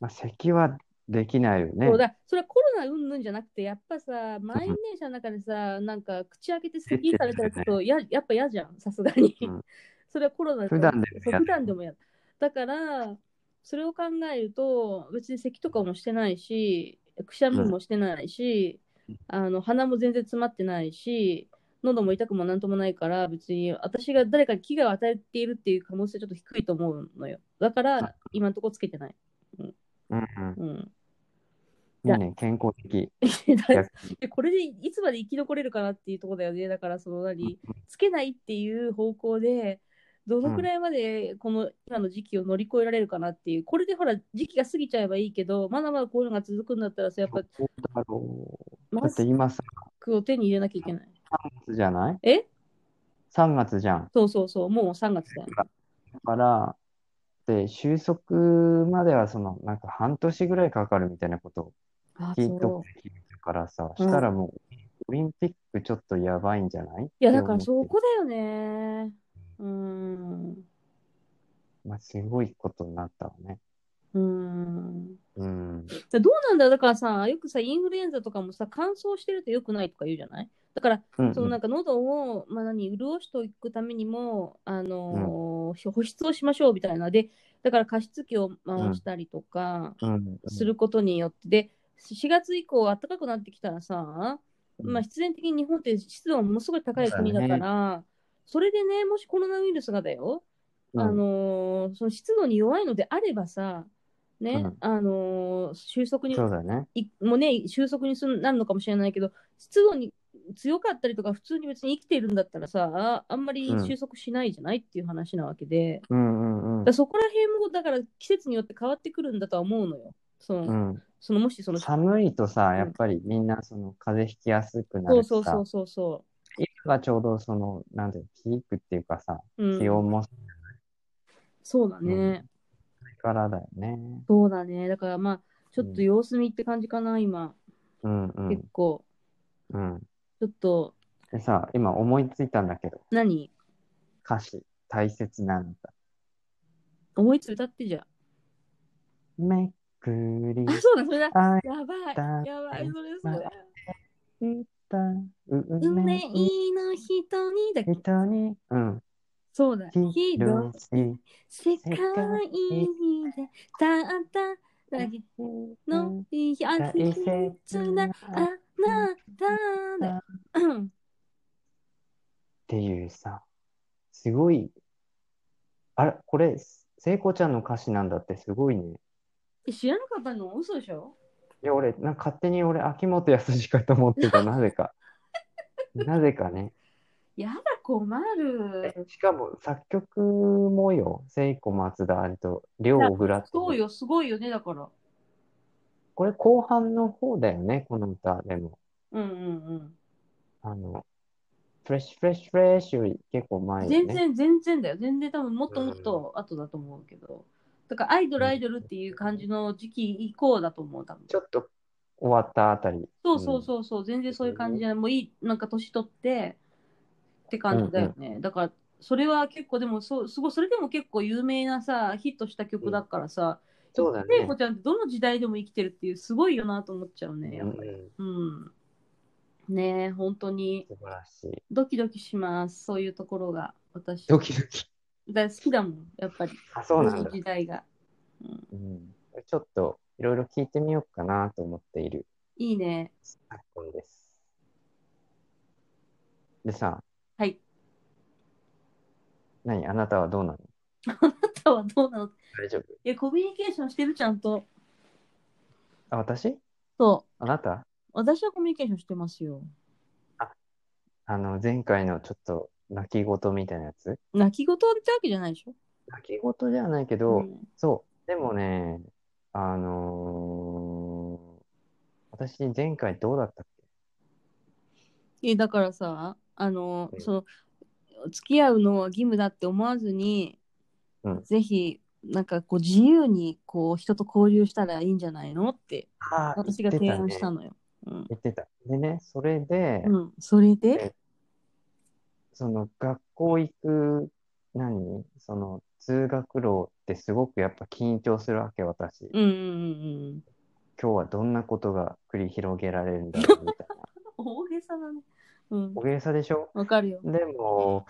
Speaker 2: まあ、咳はできないよね。
Speaker 1: そうだ、それはコロナうんぬんじゃなくて、やっぱさ、満員電車の中でさ、なんか口開けて咳されたらちょっとややっぱ嫌じゃん、さすがに
Speaker 2: うん。
Speaker 1: それはコロナだ
Speaker 2: 普段でも
Speaker 1: そう
Speaker 2: 嫌だ
Speaker 1: 普段でもやだから、それを考えると、別に咳とかもしてないし、くしゃみもしてないし、あの鼻も全然詰まってないし、喉も痛くもなんともないから、別に私が誰かに危害を与えているっていう可能性はちょっと低いと思うのよ。だから、今のところつけてない。
Speaker 2: うんうん。
Speaker 1: うん。
Speaker 2: いいね、健康的。
Speaker 1: でこれでいつまで生き残れるかなっていうところだよね。だからその何、つけないっていう方向で、どのくらいまでこの今の時期を乗り越えられるかなっていう、これでほら、時期が過ぎちゃえばいいけど、まだまだこういうのが続くんだったらさ、やっぱ
Speaker 2: どうだろう。だ
Speaker 1: マ
Speaker 2: っ
Speaker 1: ス
Speaker 2: て今さ、
Speaker 1: クを手に入れなきゃいけない。
Speaker 2: 3月じゃない
Speaker 1: え
Speaker 2: ?3 月じゃん。
Speaker 1: そうそうそう、もう3月だよ。
Speaker 2: だから、で、収束まではその、なんか半年ぐらいかかるみたいなことを
Speaker 1: あ
Speaker 2: 聞いと
Speaker 1: そう
Speaker 2: く。からさ、
Speaker 1: うん
Speaker 2: したらもう、オリンピックちょっとやばいんじゃないい
Speaker 1: いや、だからそこだよね。うん。
Speaker 2: まあ、すごいことになったわね。
Speaker 1: うん。
Speaker 2: うん。
Speaker 1: でどうなんだよだからさ、よくさ、インフルエンザとかもさ、乾燥してると良くないとか言うじゃないだから、
Speaker 2: うん
Speaker 1: そのなんか喉を、まあ、何潤していくためにも、あのー保湿をしましょうみたいなでだから加湿器を回したりとか
Speaker 2: うん
Speaker 1: することによって、で4月以降暖かくなってきたらさ、まあ、必然的に日本って湿度がものすごい高い国だから
Speaker 2: そう
Speaker 1: それでねもしコロナウイルスがだよ、
Speaker 2: うん
Speaker 1: あのーその湿度に弱いのであればさね、
Speaker 2: うん
Speaker 1: あのー収束に
Speaker 2: そうだね。
Speaker 1: いもうね収束にすんなるのかもしれないけど湿度に強かったりとか普通に別に生きてるんだったらさあんまり収束しないじゃないっていう話なわけで、
Speaker 2: うんうんう
Speaker 1: だ
Speaker 2: ん
Speaker 1: から。そこら辺もだから季節によって変わってくるんだとは思うのよその,、
Speaker 2: うん、
Speaker 1: そのもしその
Speaker 2: 寒いとさ、
Speaker 1: ん
Speaker 2: やっぱりみんなその風邪ひきやすくな
Speaker 1: そう
Speaker 2: る
Speaker 1: そ
Speaker 2: し
Speaker 1: うそ
Speaker 2: さ
Speaker 1: う、そうそ
Speaker 2: 今がちょうどその、なんていうのピークっていうかさ、
Speaker 1: う、うん、
Speaker 2: 気温も
Speaker 1: そうだね、
Speaker 2: うんからだよね。
Speaker 1: そうだねだからまあちょっと様子見って感じかな今、
Speaker 2: うんう
Speaker 1: 結
Speaker 2: ん
Speaker 1: 構
Speaker 2: うん。
Speaker 1: ちょっと
Speaker 2: でさ、今思いついたんだけど、
Speaker 1: 何
Speaker 2: 歌詞、大切なんだ。
Speaker 1: 思いつい歌ってじゃん
Speaker 2: めくり
Speaker 1: あそうだそれだ
Speaker 2: あ
Speaker 1: やば
Speaker 2: だ
Speaker 1: いやばいそれそれだ
Speaker 2: いた
Speaker 1: 運
Speaker 2: 運
Speaker 1: 命
Speaker 2: 命
Speaker 1: の人にだけ
Speaker 2: 人に、うん、
Speaker 1: そうだ広
Speaker 2: 広し
Speaker 1: 世界でたっただけの日あ
Speaker 2: 大切
Speaker 1: つな
Speaker 2: な
Speaker 1: あ
Speaker 2: っ
Speaker 1: なただうん
Speaker 2: ていうさ、すごい、あれ、これ、聖子ちゃんの歌詞なんだってすごいね。
Speaker 1: え知らなかったの嘘でしょ
Speaker 2: いや、俺、なんか勝手に俺、秋元康かと思ってた、なぜ か。なぜかね。
Speaker 1: やだ困る
Speaker 2: しかも、作曲もよ、聖子松田ありと、両小倉って。
Speaker 1: そうよすごいよねだから
Speaker 2: これ、後半の方だよね、この歌、でも。
Speaker 1: うんうん
Speaker 2: あの、フレッシュフレッシュフレッシュより結構
Speaker 1: う
Speaker 2: 前
Speaker 1: ん
Speaker 2: よ
Speaker 1: 全
Speaker 2: ね。
Speaker 1: 然全然だよ全然多分もっともっと後だと思うけどだからアイドルアイドルっていう感じの時期以降だと思う多分
Speaker 2: ちょっと終わったあたり。
Speaker 1: そうそうそうそう、全然そういう感じじゃない、もういい、なんか年取ってって感じだよね。だから、それは結構、でもそう、すごい、それでも結構有名なさ、ヒットした曲だからさ、
Speaker 2: そうだね
Speaker 1: 聖子ちゃんってどの時代でも生きてるっていう、すごいよなと思っちゃう
Speaker 2: うん
Speaker 1: ね、や
Speaker 2: う
Speaker 1: っ
Speaker 2: ん
Speaker 1: ぱり。うん。ねえ、本当に、
Speaker 2: 素晴らしい。
Speaker 1: ドキドキします、そういうところが、私。
Speaker 2: ドキドキ。
Speaker 1: 大好きだもん、やっぱり、
Speaker 2: あ、そうなん
Speaker 1: の
Speaker 2: だ。
Speaker 1: 時代が。うん、
Speaker 2: うん、ちょっといろいろ聞いてみようかなと思っている
Speaker 1: いいね。
Speaker 2: 昨今です。でさ、
Speaker 1: はい。
Speaker 2: 何あなたはどうなの
Speaker 1: あなたはどうなの
Speaker 2: 大丈夫
Speaker 1: いや、コミュニケーションしてる、ちゃんと。
Speaker 2: あ、私
Speaker 1: そう。
Speaker 2: あなた
Speaker 1: 私はコミュニケーションしてますよ。
Speaker 2: あの、前回のちょっと泣き言みたいなやつ
Speaker 1: 泣き言ってわけじゃないでしょ。
Speaker 2: 泣き言じゃないけど、
Speaker 1: うん
Speaker 2: そう。でもね、あのー私、前回どうだったっけ
Speaker 1: えだからさ、あの、
Speaker 2: うん
Speaker 1: その付き合うのは義務だって思わずに、
Speaker 2: うん
Speaker 1: ぜひなんかこう自由にこう人と交流したらいいんじゃないのって
Speaker 2: あー
Speaker 1: 私が提案したのよ。うん
Speaker 2: 言ってた。でね、それで、
Speaker 1: うん、それで、
Speaker 2: その学校行く、何その通学路ってすごくやっぱ緊張するわけ、私。
Speaker 1: うんうんうんうん、
Speaker 2: 今日はどんなことが繰り広げられるんだろうみたいな。
Speaker 1: 大げさだね。うん
Speaker 2: 大、げさでしょ
Speaker 1: わかるよ。
Speaker 2: でも、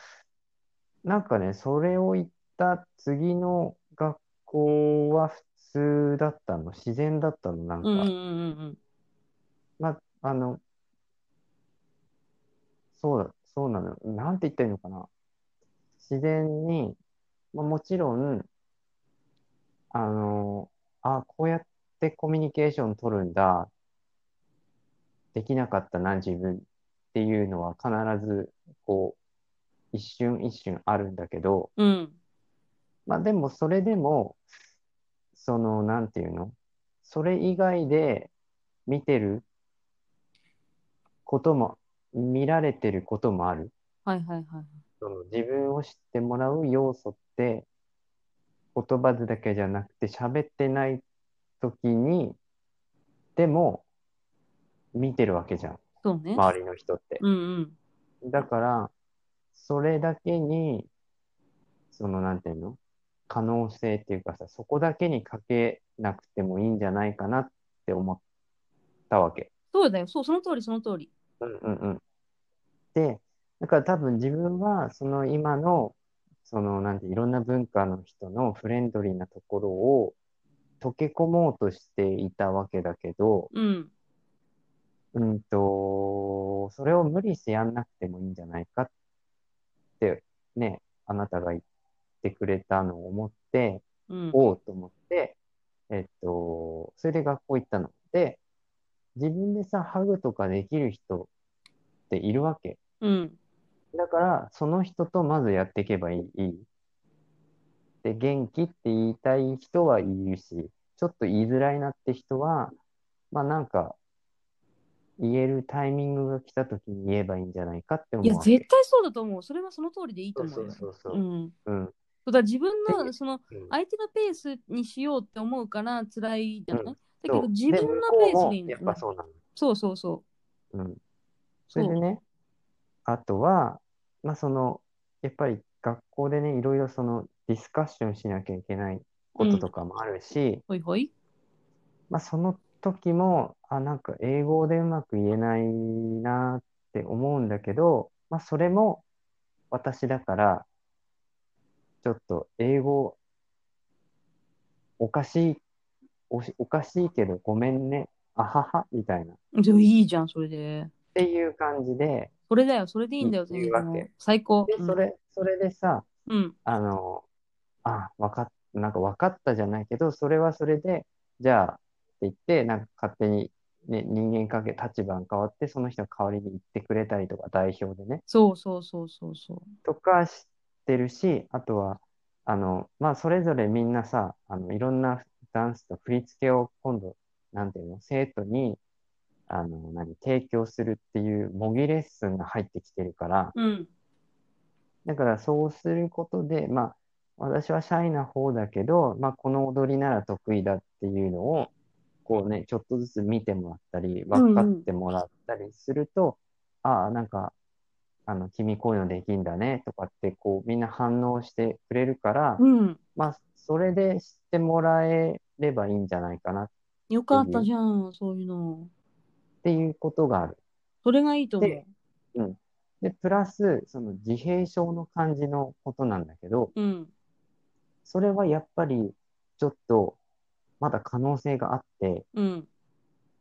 Speaker 2: なんかね、それを言った次の学校は普通だったの、自然だったの、なんか。
Speaker 1: うんうんうん
Speaker 2: まあ、あの、そうだ、そうなの。なんて言ったらいいのかな。自然に、まあ、もちろん、あの、あ、こうやってコミュニケーション取るんだ。できなかったな、自分っていうのは必ず、こう、一瞬一瞬あるんだけど、
Speaker 1: うん。うん
Speaker 2: まあでも、それでも、その、なんていうのそれ以外で見てることも、見られてることもある。
Speaker 1: はいはいはい。
Speaker 2: その自分を知ってもらう要素って、言葉だけじゃなくて、喋ってない時に、でも、見てるわけじゃん。
Speaker 1: そうね。
Speaker 2: 周りの人って。
Speaker 1: うんうん。
Speaker 2: だから、それだけに、その、なんていうの可能性っていうかさ、そこだけにかけなくてもいいんじゃないかなって思ったわけ。
Speaker 1: そうだよ。そう、その通りその通り。
Speaker 2: うんうんうん。で、だから多分自分は、その今の、その、なんて、いろんな文化の人のフレンドリーなところを溶け込もうとしていたわけだけど、
Speaker 1: うん。
Speaker 2: うんと、それを無理してやんなくてもいいんじゃないかって、ね、あなたが言ってくれたのを思って、
Speaker 1: うん。
Speaker 2: おうと思って、えっと、それで学校行ったの。で、自分でさ、ハグとかできる人っているわけ。
Speaker 1: うん。
Speaker 2: だから、その人とまずやっていけばいい。いいで、元気って言いたい人は言うし、ちょっと言いづらいなって人は、まあなんか、言えるタイミングが来た時に言えばいいんじゃないかって思
Speaker 1: いや、
Speaker 2: うわけ。
Speaker 1: 絶対そうだと思う。それはその通りでいいと
Speaker 2: そう
Speaker 1: 思う
Speaker 2: そ
Speaker 1: よ
Speaker 2: う。そうそうう。
Speaker 1: ん。
Speaker 2: うん。
Speaker 1: だから自分
Speaker 2: で
Speaker 1: のその
Speaker 2: うん
Speaker 1: 相手のペースにしようって思うから辛いじゃない、
Speaker 2: うん
Speaker 1: だけど
Speaker 2: そう
Speaker 1: 自分の
Speaker 2: で
Speaker 1: ペ
Speaker 2: 向
Speaker 1: ー
Speaker 2: こう
Speaker 1: ス
Speaker 2: も
Speaker 1: でいいんだ
Speaker 2: や
Speaker 1: よ
Speaker 2: っぱそうなの。
Speaker 1: そうそうそう。
Speaker 2: うん。
Speaker 1: そ
Speaker 2: それ
Speaker 1: う
Speaker 2: でね、あとは、まあその、やっぱり学校でね、いろいろそのディスカッションしなきゃいけないこととかもあるし、
Speaker 1: ほいほい。
Speaker 2: まあその時も、あ、なんか英語でうまく言えないなって思うんだけど、まあそれも私だから、ちょっと英語おかしい、おし、おかしいけどごめんね、あはは、みたいな。っ
Speaker 1: でもいいじゃん、それで。
Speaker 2: ていう感じで、
Speaker 1: それだよ、それでいいんだよ、
Speaker 2: いいわけ
Speaker 1: 全然最高。
Speaker 2: で、それ、それでさ、
Speaker 1: うん。うん。
Speaker 2: あの、あ、わかっ、なんか分かったじゃないけど、それはそれで、じゃあって言って、なんか勝手に、ね、人間関係、立場が変わって、その人が代わりに言ってくれたりとか、代表でね、
Speaker 1: そうそうそうそうそう。
Speaker 2: とかしてるし、あとは、あの、まあ、それぞれみんなさ、あの、いろんなダンスと振り付けを今度、なんていうの、生徒に、あの、何、提供するっていう模擬レッスンが入ってきてるから、
Speaker 1: うん。
Speaker 2: だからそうすることで、まあ、私はシャイな方だけど、まあ、この踊りなら得意だっていうのを、こうね、ちょっとずつ見てもらったり、分かってもらったりすると、ああ、なんか、あの、君こういうのできんだねとかって、こう、みんな反応してくれるから、
Speaker 1: うん。
Speaker 2: まあ、それで知ってもらえればいいんじゃないかなっ
Speaker 1: よかったじゃん、そういうの。
Speaker 2: ていうことがある。
Speaker 1: それがいいと思う
Speaker 2: で。で、プラス、その自閉症の感じのことなんだけど、
Speaker 1: うん。
Speaker 2: それはやっぱりちょっとまだ可能性があって、
Speaker 1: うん。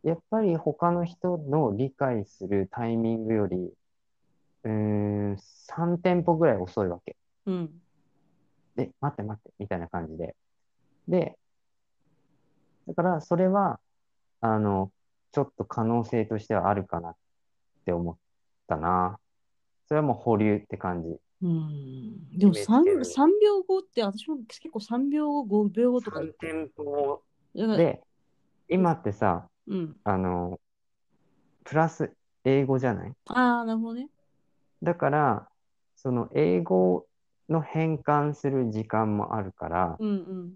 Speaker 2: やっぱり他の人の理解するタイミングより、うーん、3店舗ぐらい遅いわけ。
Speaker 1: うん。
Speaker 2: で、待って待って、みたいな感じで。で、だからそれは、あの、ちょっと可能性としてはあるかなって思ったな。それはもう保留って感じ。
Speaker 1: うん、でも
Speaker 2: イメージ
Speaker 1: 3,
Speaker 2: で
Speaker 1: 3秒後って私も結構3秒後5秒後とか
Speaker 2: 3店舗
Speaker 1: だから
Speaker 2: で、今ってさ、
Speaker 1: うん、
Speaker 2: あの、プラス英語じゃない
Speaker 1: ああなるほどね
Speaker 2: だから、その英語の変換する時間もあるから、
Speaker 1: うんうん
Speaker 2: うん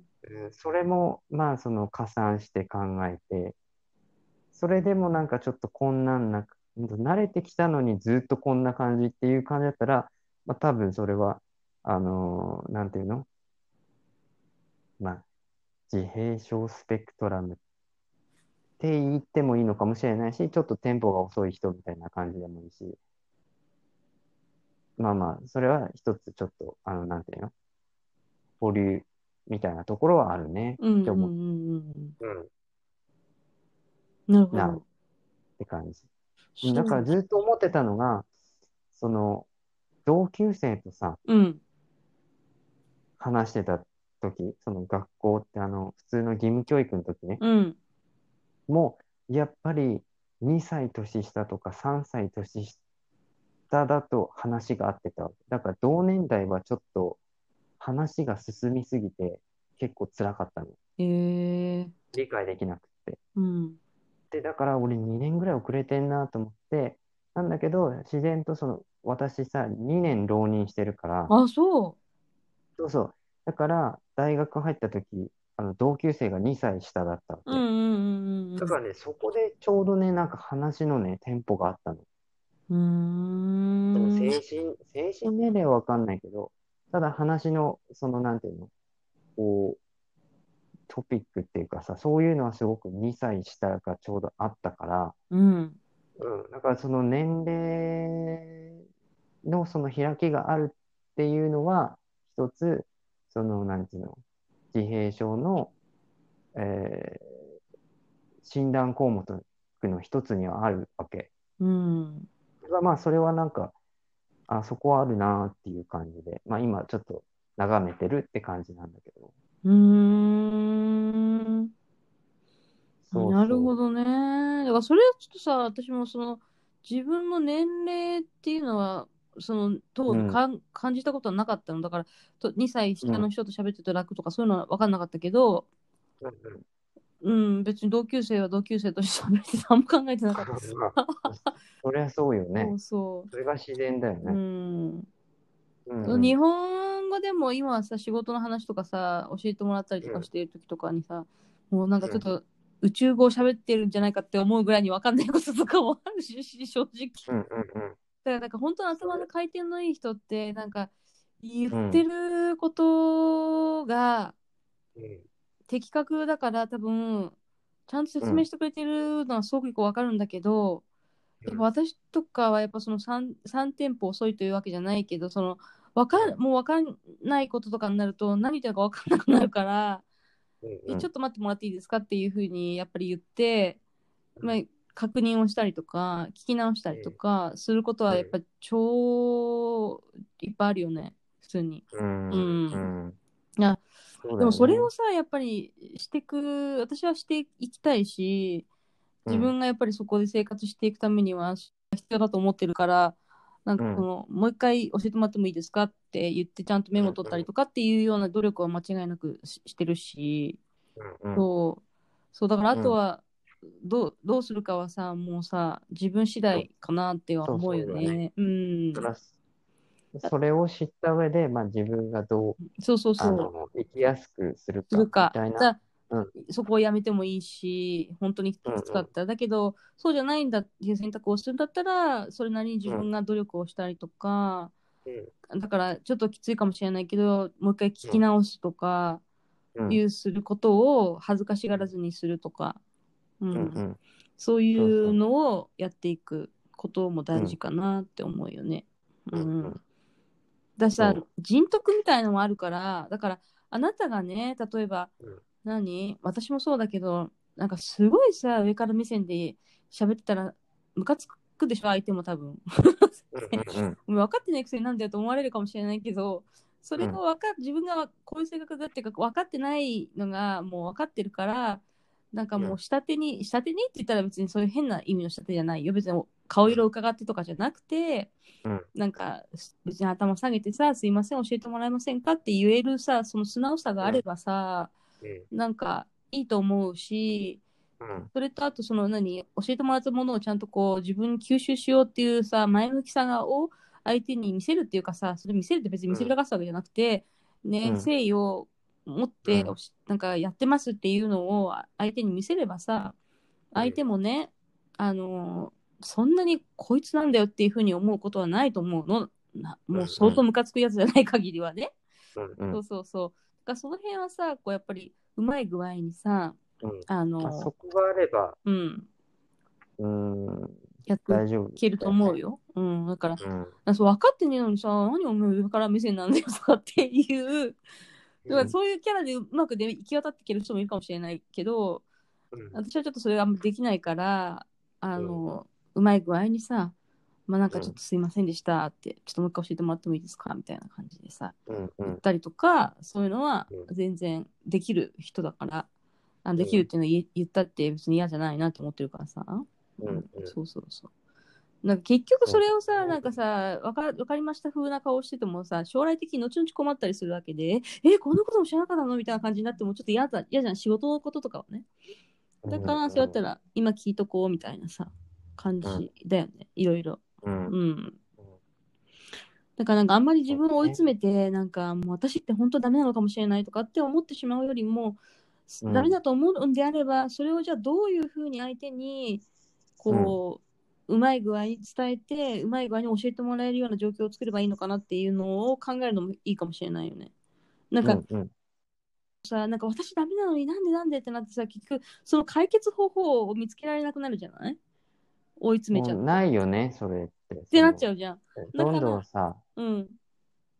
Speaker 2: それも、まあ、その加算して考えて、それでもなんかちょっとこんなんなく、ほんと慣れてきたのにずっとこんな感じっていう感じだったら、まあ、多分それは、あのーなんていうのまあ、自閉症スペクトラムって言ってもいいのかもしれないし、ちょっとテンポが遅い人みたいな感じでもいいし、まあまあ、それは一つちょっと、あの、なんていうの保留みたいなところはあるね。
Speaker 1: うん
Speaker 2: って
Speaker 1: うんう
Speaker 2: 思う。
Speaker 1: んうん
Speaker 2: うん。っ
Speaker 1: なるほ
Speaker 2: なる
Speaker 1: ど
Speaker 2: て感じ。
Speaker 1: そう
Speaker 2: だからずっと思ってたのが、その、同級生とさ、
Speaker 1: うん
Speaker 2: 話してた時、その学校ってあの、普通の義務教育の時ね、
Speaker 1: うん
Speaker 2: もう、やっぱり2歳年下とか3歳年下だと話が合ってたわけ。だから同年代はちょっと話が進みすぎて結構辛かったの。
Speaker 1: へえー、
Speaker 2: 理解できなくって。
Speaker 1: うん
Speaker 2: で、だから俺2年ぐらい遅れてんなと思って、なんだけど、自然とその、私さ、2年浪人してるから、
Speaker 1: あそ
Speaker 2: そうそう。だから、大学入った時、あの、同級生が2歳下だったわ
Speaker 1: ううん
Speaker 2: け。
Speaker 1: うんうんうん
Speaker 2: だからね、そこでちょうどね、なんか話のね、テンポがあったの。
Speaker 1: うー
Speaker 2: その
Speaker 1: ん
Speaker 2: 精神、精神年齢はわかんないけど、ただ話の、その、なんていうの、こう、トピックっていうかさ、そういうのはすごく2歳下がちょうどあったから、
Speaker 1: うん
Speaker 2: うん、だからその年齢のその開きがあるっていうのは、一つ、その、なんていうの、自閉症の、えー診断項目の一つにはあるわけ。
Speaker 1: うん
Speaker 2: まあ、それはなんか、あ、そこはあるなっていう感じで、まあ、今ちょっと眺めてるって感じなんだけど。
Speaker 1: うーん
Speaker 2: そうそう
Speaker 1: なるほどね。だからそれはちょっとさ、私もその自分の年齢っていうのは、その当
Speaker 2: うん
Speaker 1: 時かん、感じたことはなかったのだからと2歳下の人と喋ってて楽とかそういうのは分かんなかったけど、 うん、別に同級生は同級生として喋って何も考えてなかった。
Speaker 2: そりゃそうよね
Speaker 1: そ。うそ
Speaker 2: それが自然だよ
Speaker 1: う。う
Speaker 2: ね。
Speaker 1: ん。
Speaker 2: うんうん
Speaker 1: 日本語でも今はさ仕事の話とかさ教えてもらったりとかしてる時とかにさ、もうなんかちょっと宇宙語を喋ってるんじゃないかって思うぐらいに分かんないこととかもあるし正直
Speaker 2: うんうんうん
Speaker 1: だからなんか本当の頭の回転のいい人ってなんか言ってることが
Speaker 2: うん
Speaker 1: 的確だから多分ちゃんと説明してくれてるのはすごくよく分かるんだけど、やっぱ私とかはやっぱその 3, 3店舗遅いというわけじゃないけどそのわかんもう分かんないこととかになると何言ってるか分かんなくなるから、
Speaker 2: うんう
Speaker 1: え
Speaker 2: ん
Speaker 1: ちょっと待ってもらっていいですかっていうふうにやっぱり言って、まあ、確認をしたりとか聞き直したりとかすることはやっぱ超いっぱいあるよね普通に。
Speaker 2: うん
Speaker 1: うん
Speaker 2: うん
Speaker 1: いや
Speaker 2: うだよね
Speaker 1: でもそれをさやっぱりしてく私はしていきたいし自分がやっぱりそこで生活していくためには必要だと思ってるからなんかその、もう一回教えてもらってもいいですかって言ってちゃんとメモ取ったりとかっていうような努力は間違いなくししてるし、
Speaker 2: うんうん
Speaker 1: そうそうだからあ
Speaker 2: うん
Speaker 1: とは、どうどうするかはさもうさ自分次第かなっては思うよ
Speaker 2: そうそうだ
Speaker 1: ね。うん
Speaker 2: プラスそれを知った上で、まあ、自分がどう
Speaker 1: そうそう
Speaker 2: あ
Speaker 1: そう。
Speaker 2: の生きやすくする
Speaker 1: する
Speaker 2: か
Speaker 1: か
Speaker 2: みたい
Speaker 1: じゃ
Speaker 2: な。
Speaker 1: あ
Speaker 2: うん
Speaker 1: そこをやめてもいいし本当にきつかった、だけどそうじゃないんだっていう選択をするんだったらそれなりに自分が努力をしたりとか、だからちょっときついかもしれないけどもう一回聞き直すとか、
Speaker 2: うん
Speaker 1: いうすることを恥ずかしがらずにするとか、うん
Speaker 2: うんうん
Speaker 1: そういうのをやっていくことも大事かなって思うよね。
Speaker 2: うん
Speaker 1: うん
Speaker 2: うん
Speaker 1: だしさ
Speaker 2: そう
Speaker 1: 人徳みたいのもあるからだからあなたがね例えば、
Speaker 2: うん
Speaker 1: 何私もそうだけどなんかすごいさ上から目線で喋ってたらムカつくでしょ相手も多分
Speaker 2: うんうん
Speaker 1: 分かってないくせになんだよと思われるかもしれないけどそれがわか、自分がこういう性格だっていうか分かってないのがもう分かってるからなんかもう下手に、下手にって言ったら別にそういう変な意味の下手じゃないよ別に顔色を伺ってとかじゃなくて、
Speaker 2: うん
Speaker 1: なんか別に頭下げてさすいません教えてもらえませんかって言えるさその素直さがあればさ、なんかいいと思うし
Speaker 2: うん
Speaker 1: それとあとその何教えてもらったものをちゃんとこう自分に吸収しようっていうさ前向きさがを相手に見せるっていうかさそれ見せるって別に見せびらかすわけじゃなくて、ね
Speaker 2: うん
Speaker 1: 誠意を持って、
Speaker 2: うん
Speaker 1: なんかやってますっていうのを相手に見せればさ相手もね、あのそんなにこいつなんだよっていうふうに思うことはないと思うのなもう相当ムカつくやつじゃない限りはね、
Speaker 2: うん
Speaker 1: そうそうそうだからその辺はさこうやっぱりうまい具合にさ
Speaker 2: うん
Speaker 1: あの、
Speaker 2: まあそこがあれば、
Speaker 1: うん
Speaker 2: うん、
Speaker 1: やって
Speaker 2: 大丈夫。
Speaker 1: いけると思うよ。うん、だから、
Speaker 2: うん。
Speaker 1: そう分かってねえのにさ、何お前上から目線なんだよとかっていう、だからそういうキャラでうまくで行き渡っていける人もいるかもしれないけど、
Speaker 2: うん
Speaker 1: 私はちょっとそれがあんまできないから、あの、うまい具合にさ、まあなんかちょっとすいませんでしたって、ちょっともう一回教えてもらってもいいですかみたいな感じでさ、
Speaker 2: うんう
Speaker 1: 言っ
Speaker 2: ん
Speaker 1: たりとか、そういうのは
Speaker 2: う
Speaker 1: 全然できる人だから、あできるっていうのを言え言ったって別に嫌じゃないなと思ってるからさ。
Speaker 2: うんうん
Speaker 1: そうそうそう。なんか結局それを
Speaker 2: そう
Speaker 1: さ、なんかさ、わかわかりました風な顔しててもさ、将来的に後々困ったりするわけで、え、こんなことも知らなかったのみたいな感じになってもちょっと嫌だ嫌じゃん、仕事のこととかはね。だから、そうやった、ら、今聞いとこうみたいなさ、感じだよね、いろいろ。
Speaker 2: うん
Speaker 1: う。ん。だからなんかあんまり自分を追い詰めて、なんかもう私って本当ダメなのかもしれないとかって思ってしまうよりも、
Speaker 2: うん
Speaker 1: ダメだと思うんであれば、それをじゃあどういうふうに相手に、こう、うまい具合に伝えて、うまい具合に教えてもらえるような状況を作ればいいのかなっていうのを考えるのもいいかもしれないよね。なんか、
Speaker 2: うんうん
Speaker 1: さ、なんか私ダメなのになんでなんでってなってさ、結局、その解決方法を見つけられなくなるじゃない追い詰めちゃっ
Speaker 2: も
Speaker 1: て。
Speaker 2: う
Speaker 1: っ
Speaker 2: ないよね、それって。って
Speaker 1: なっちゃうじゃん。だ
Speaker 2: ど
Speaker 1: から
Speaker 2: んどんさ、
Speaker 1: うん。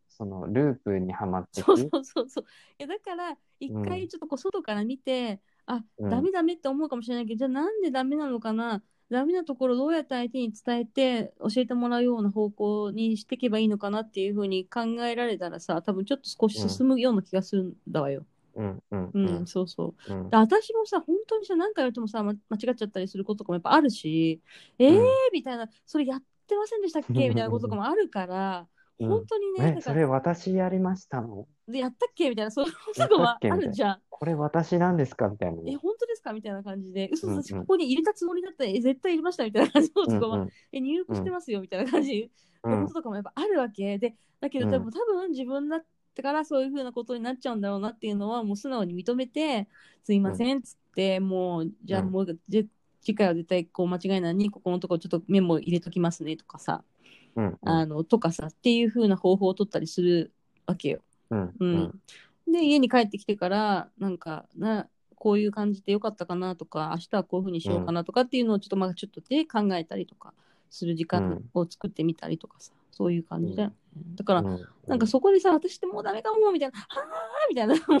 Speaker 2: そのループにはまって
Speaker 1: そう
Speaker 2: き
Speaker 1: そうそうそう。いやだから一
Speaker 2: う
Speaker 1: 回
Speaker 2: ん
Speaker 1: ちょっとこう外から見て、あ、
Speaker 2: うん
Speaker 1: ダメダメって思うかもしれないけど、じゃあなんでダメなのかなダメなところをどうやって相手に伝えて教えてもらうような方向にしていけばいいのかなっていうふうに考えられたらさ多分ちょっと少し進むような気がするんだわよ。
Speaker 2: うんうん
Speaker 1: う、
Speaker 2: うんん
Speaker 1: そうそう。
Speaker 2: うん
Speaker 1: で私もさ、本当にさ、何回やってもさ、ま、間違っちゃったりすることとかもやっぱあるし、えー、
Speaker 2: うん
Speaker 1: みたいな、それやってませんでしたっけみたいなこととかもあるから、
Speaker 2: うん
Speaker 1: 本当にね、
Speaker 2: ね
Speaker 1: だ
Speaker 2: そ
Speaker 1: から
Speaker 2: れ私やりましたもん
Speaker 1: でやったっけみたいな、そういうことはあ
Speaker 2: やったっけみたいな
Speaker 1: るじゃん。
Speaker 2: これ私なんですかみたいな
Speaker 1: え、
Speaker 2: ね
Speaker 1: 本当ですかみたいな感じで、嘘、
Speaker 2: うんうん
Speaker 1: 私ここに入れたつもりだったら、え、絶対入れましたみたいな感じの
Speaker 2: う
Speaker 1: と
Speaker 2: ん
Speaker 1: か
Speaker 2: う
Speaker 1: は、
Speaker 2: ん
Speaker 1: え、入力してますよみたいな感じ
Speaker 2: う
Speaker 1: の
Speaker 2: ん
Speaker 1: こととかもやっぱあるわけで、だけど
Speaker 2: うん
Speaker 1: 多分多分自分だってからそういうふうなことになっちゃうんだろうなっていうのはもう素直に認めて、すいませんっつって、もう、じゃあ
Speaker 2: うん
Speaker 1: もう、じ次回は絶対こう間違いないに、ここのとこちょっとメモ入れときますねとかさ、
Speaker 2: うん
Speaker 1: あの、とかさ、っていうふうな方法を取ったりするわけよ。
Speaker 2: うん
Speaker 1: う
Speaker 2: うんん
Speaker 1: で家に帰ってきてからなんかなこういう感じでよかったかなとか明日はこういうふうにしようかなとかっていうのをちょっとまあちょっとで考えたりとかする時間を作ってみたりとかさ、そういう感じだよね、だから、
Speaker 2: うん
Speaker 1: なんかそこでさ私ってもうダメかもみたいな「はあ」みたいな「もう ダ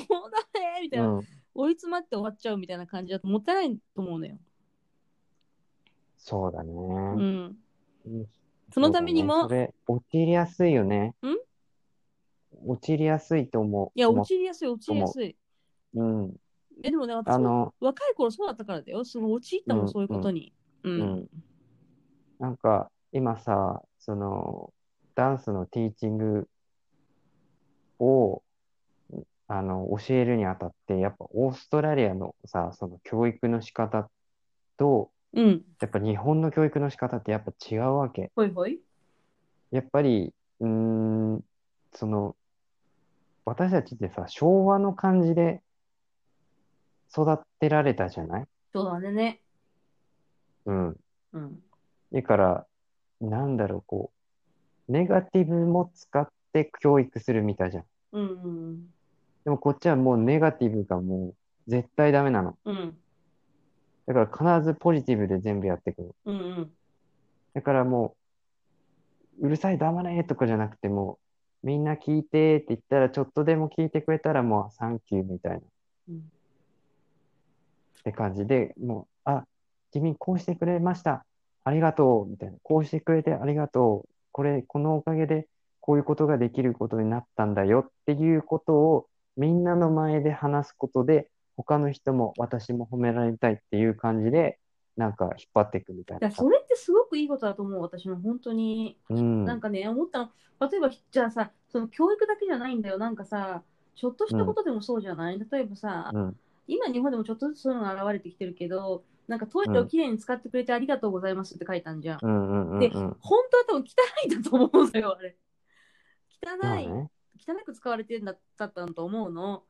Speaker 1: メ」みたいな、
Speaker 2: うん
Speaker 1: 追い詰まって終わっちゃうみたいな感じだともったいないと思うのよ、
Speaker 2: そうだ
Speaker 1: う
Speaker 2: ね
Speaker 1: ん、
Speaker 2: うん
Speaker 1: そのためにも
Speaker 2: そうだねそれ陥りやすいよね
Speaker 1: ん
Speaker 2: 陥りやすいと思う
Speaker 1: いや陥りやすい陥りやすい
Speaker 2: うん
Speaker 1: えでもね
Speaker 2: あ
Speaker 1: 私も
Speaker 2: の
Speaker 1: 若い頃そうだったからだよその陥ったも
Speaker 2: うんん
Speaker 1: そういうことにうん、
Speaker 2: うんなんか今さ、そのダンスのティーチングをあの教えるにあたって、やっぱオーストラリアのさ、その教育の仕方と、
Speaker 1: うん、
Speaker 2: やっぱ日本の教育の仕方ってやっぱ違うわけ。
Speaker 1: ほいほい
Speaker 2: やっぱり、うーん、その、私たちってさ、昭和の感じで育てられたじゃない
Speaker 1: そうだね
Speaker 2: うん。
Speaker 1: うん
Speaker 2: だから、なんだろう、こう、ネガティブも使って教育するみたいじゃん。
Speaker 1: うんうん
Speaker 2: でもこっちはもうネガティブがもう絶対ダメなの。
Speaker 1: うん
Speaker 2: だから必ずポジティブで全部やっていくの。
Speaker 1: うんうん
Speaker 2: だからもう、うるさい黙れとかじゃなくてもう、みんな聞いてって言ったらちょっとでも聞いてくれたらもうサンキューみたいなっ
Speaker 1: うん
Speaker 2: て感じで、もう、あ、君こうしてくれました。ありがとうみたいな。こうしてくれてありがとう。これ、このおかげでこういうことができることになったんだよっていうことをみんなの前で話すことで、他の人も私も褒められたいっていう感じで、なんか引っ張っていくみた
Speaker 1: い
Speaker 2: い
Speaker 1: や
Speaker 2: なさ
Speaker 1: そ。れってすごくいいことだと思う私も本当に、
Speaker 2: うん。
Speaker 1: なんかね思ったの例えばじゃあさその教育だけじゃないんだよなんかさちょっとしたことでもそうじゃない、例えばさ、
Speaker 2: うん。
Speaker 1: 今日本でもちょっとずつそういうのが現れてきてるけどなんかトイレをきれいに使ってくれてありがとうございますって書いたんじゃん、
Speaker 2: うんうんうん
Speaker 1: で
Speaker 2: うん。
Speaker 1: 本当は多分汚いんだと思うんだよあれ汚
Speaker 2: まあ
Speaker 1: い、
Speaker 2: ね。
Speaker 1: 汚く使われてるんだだったと思うの、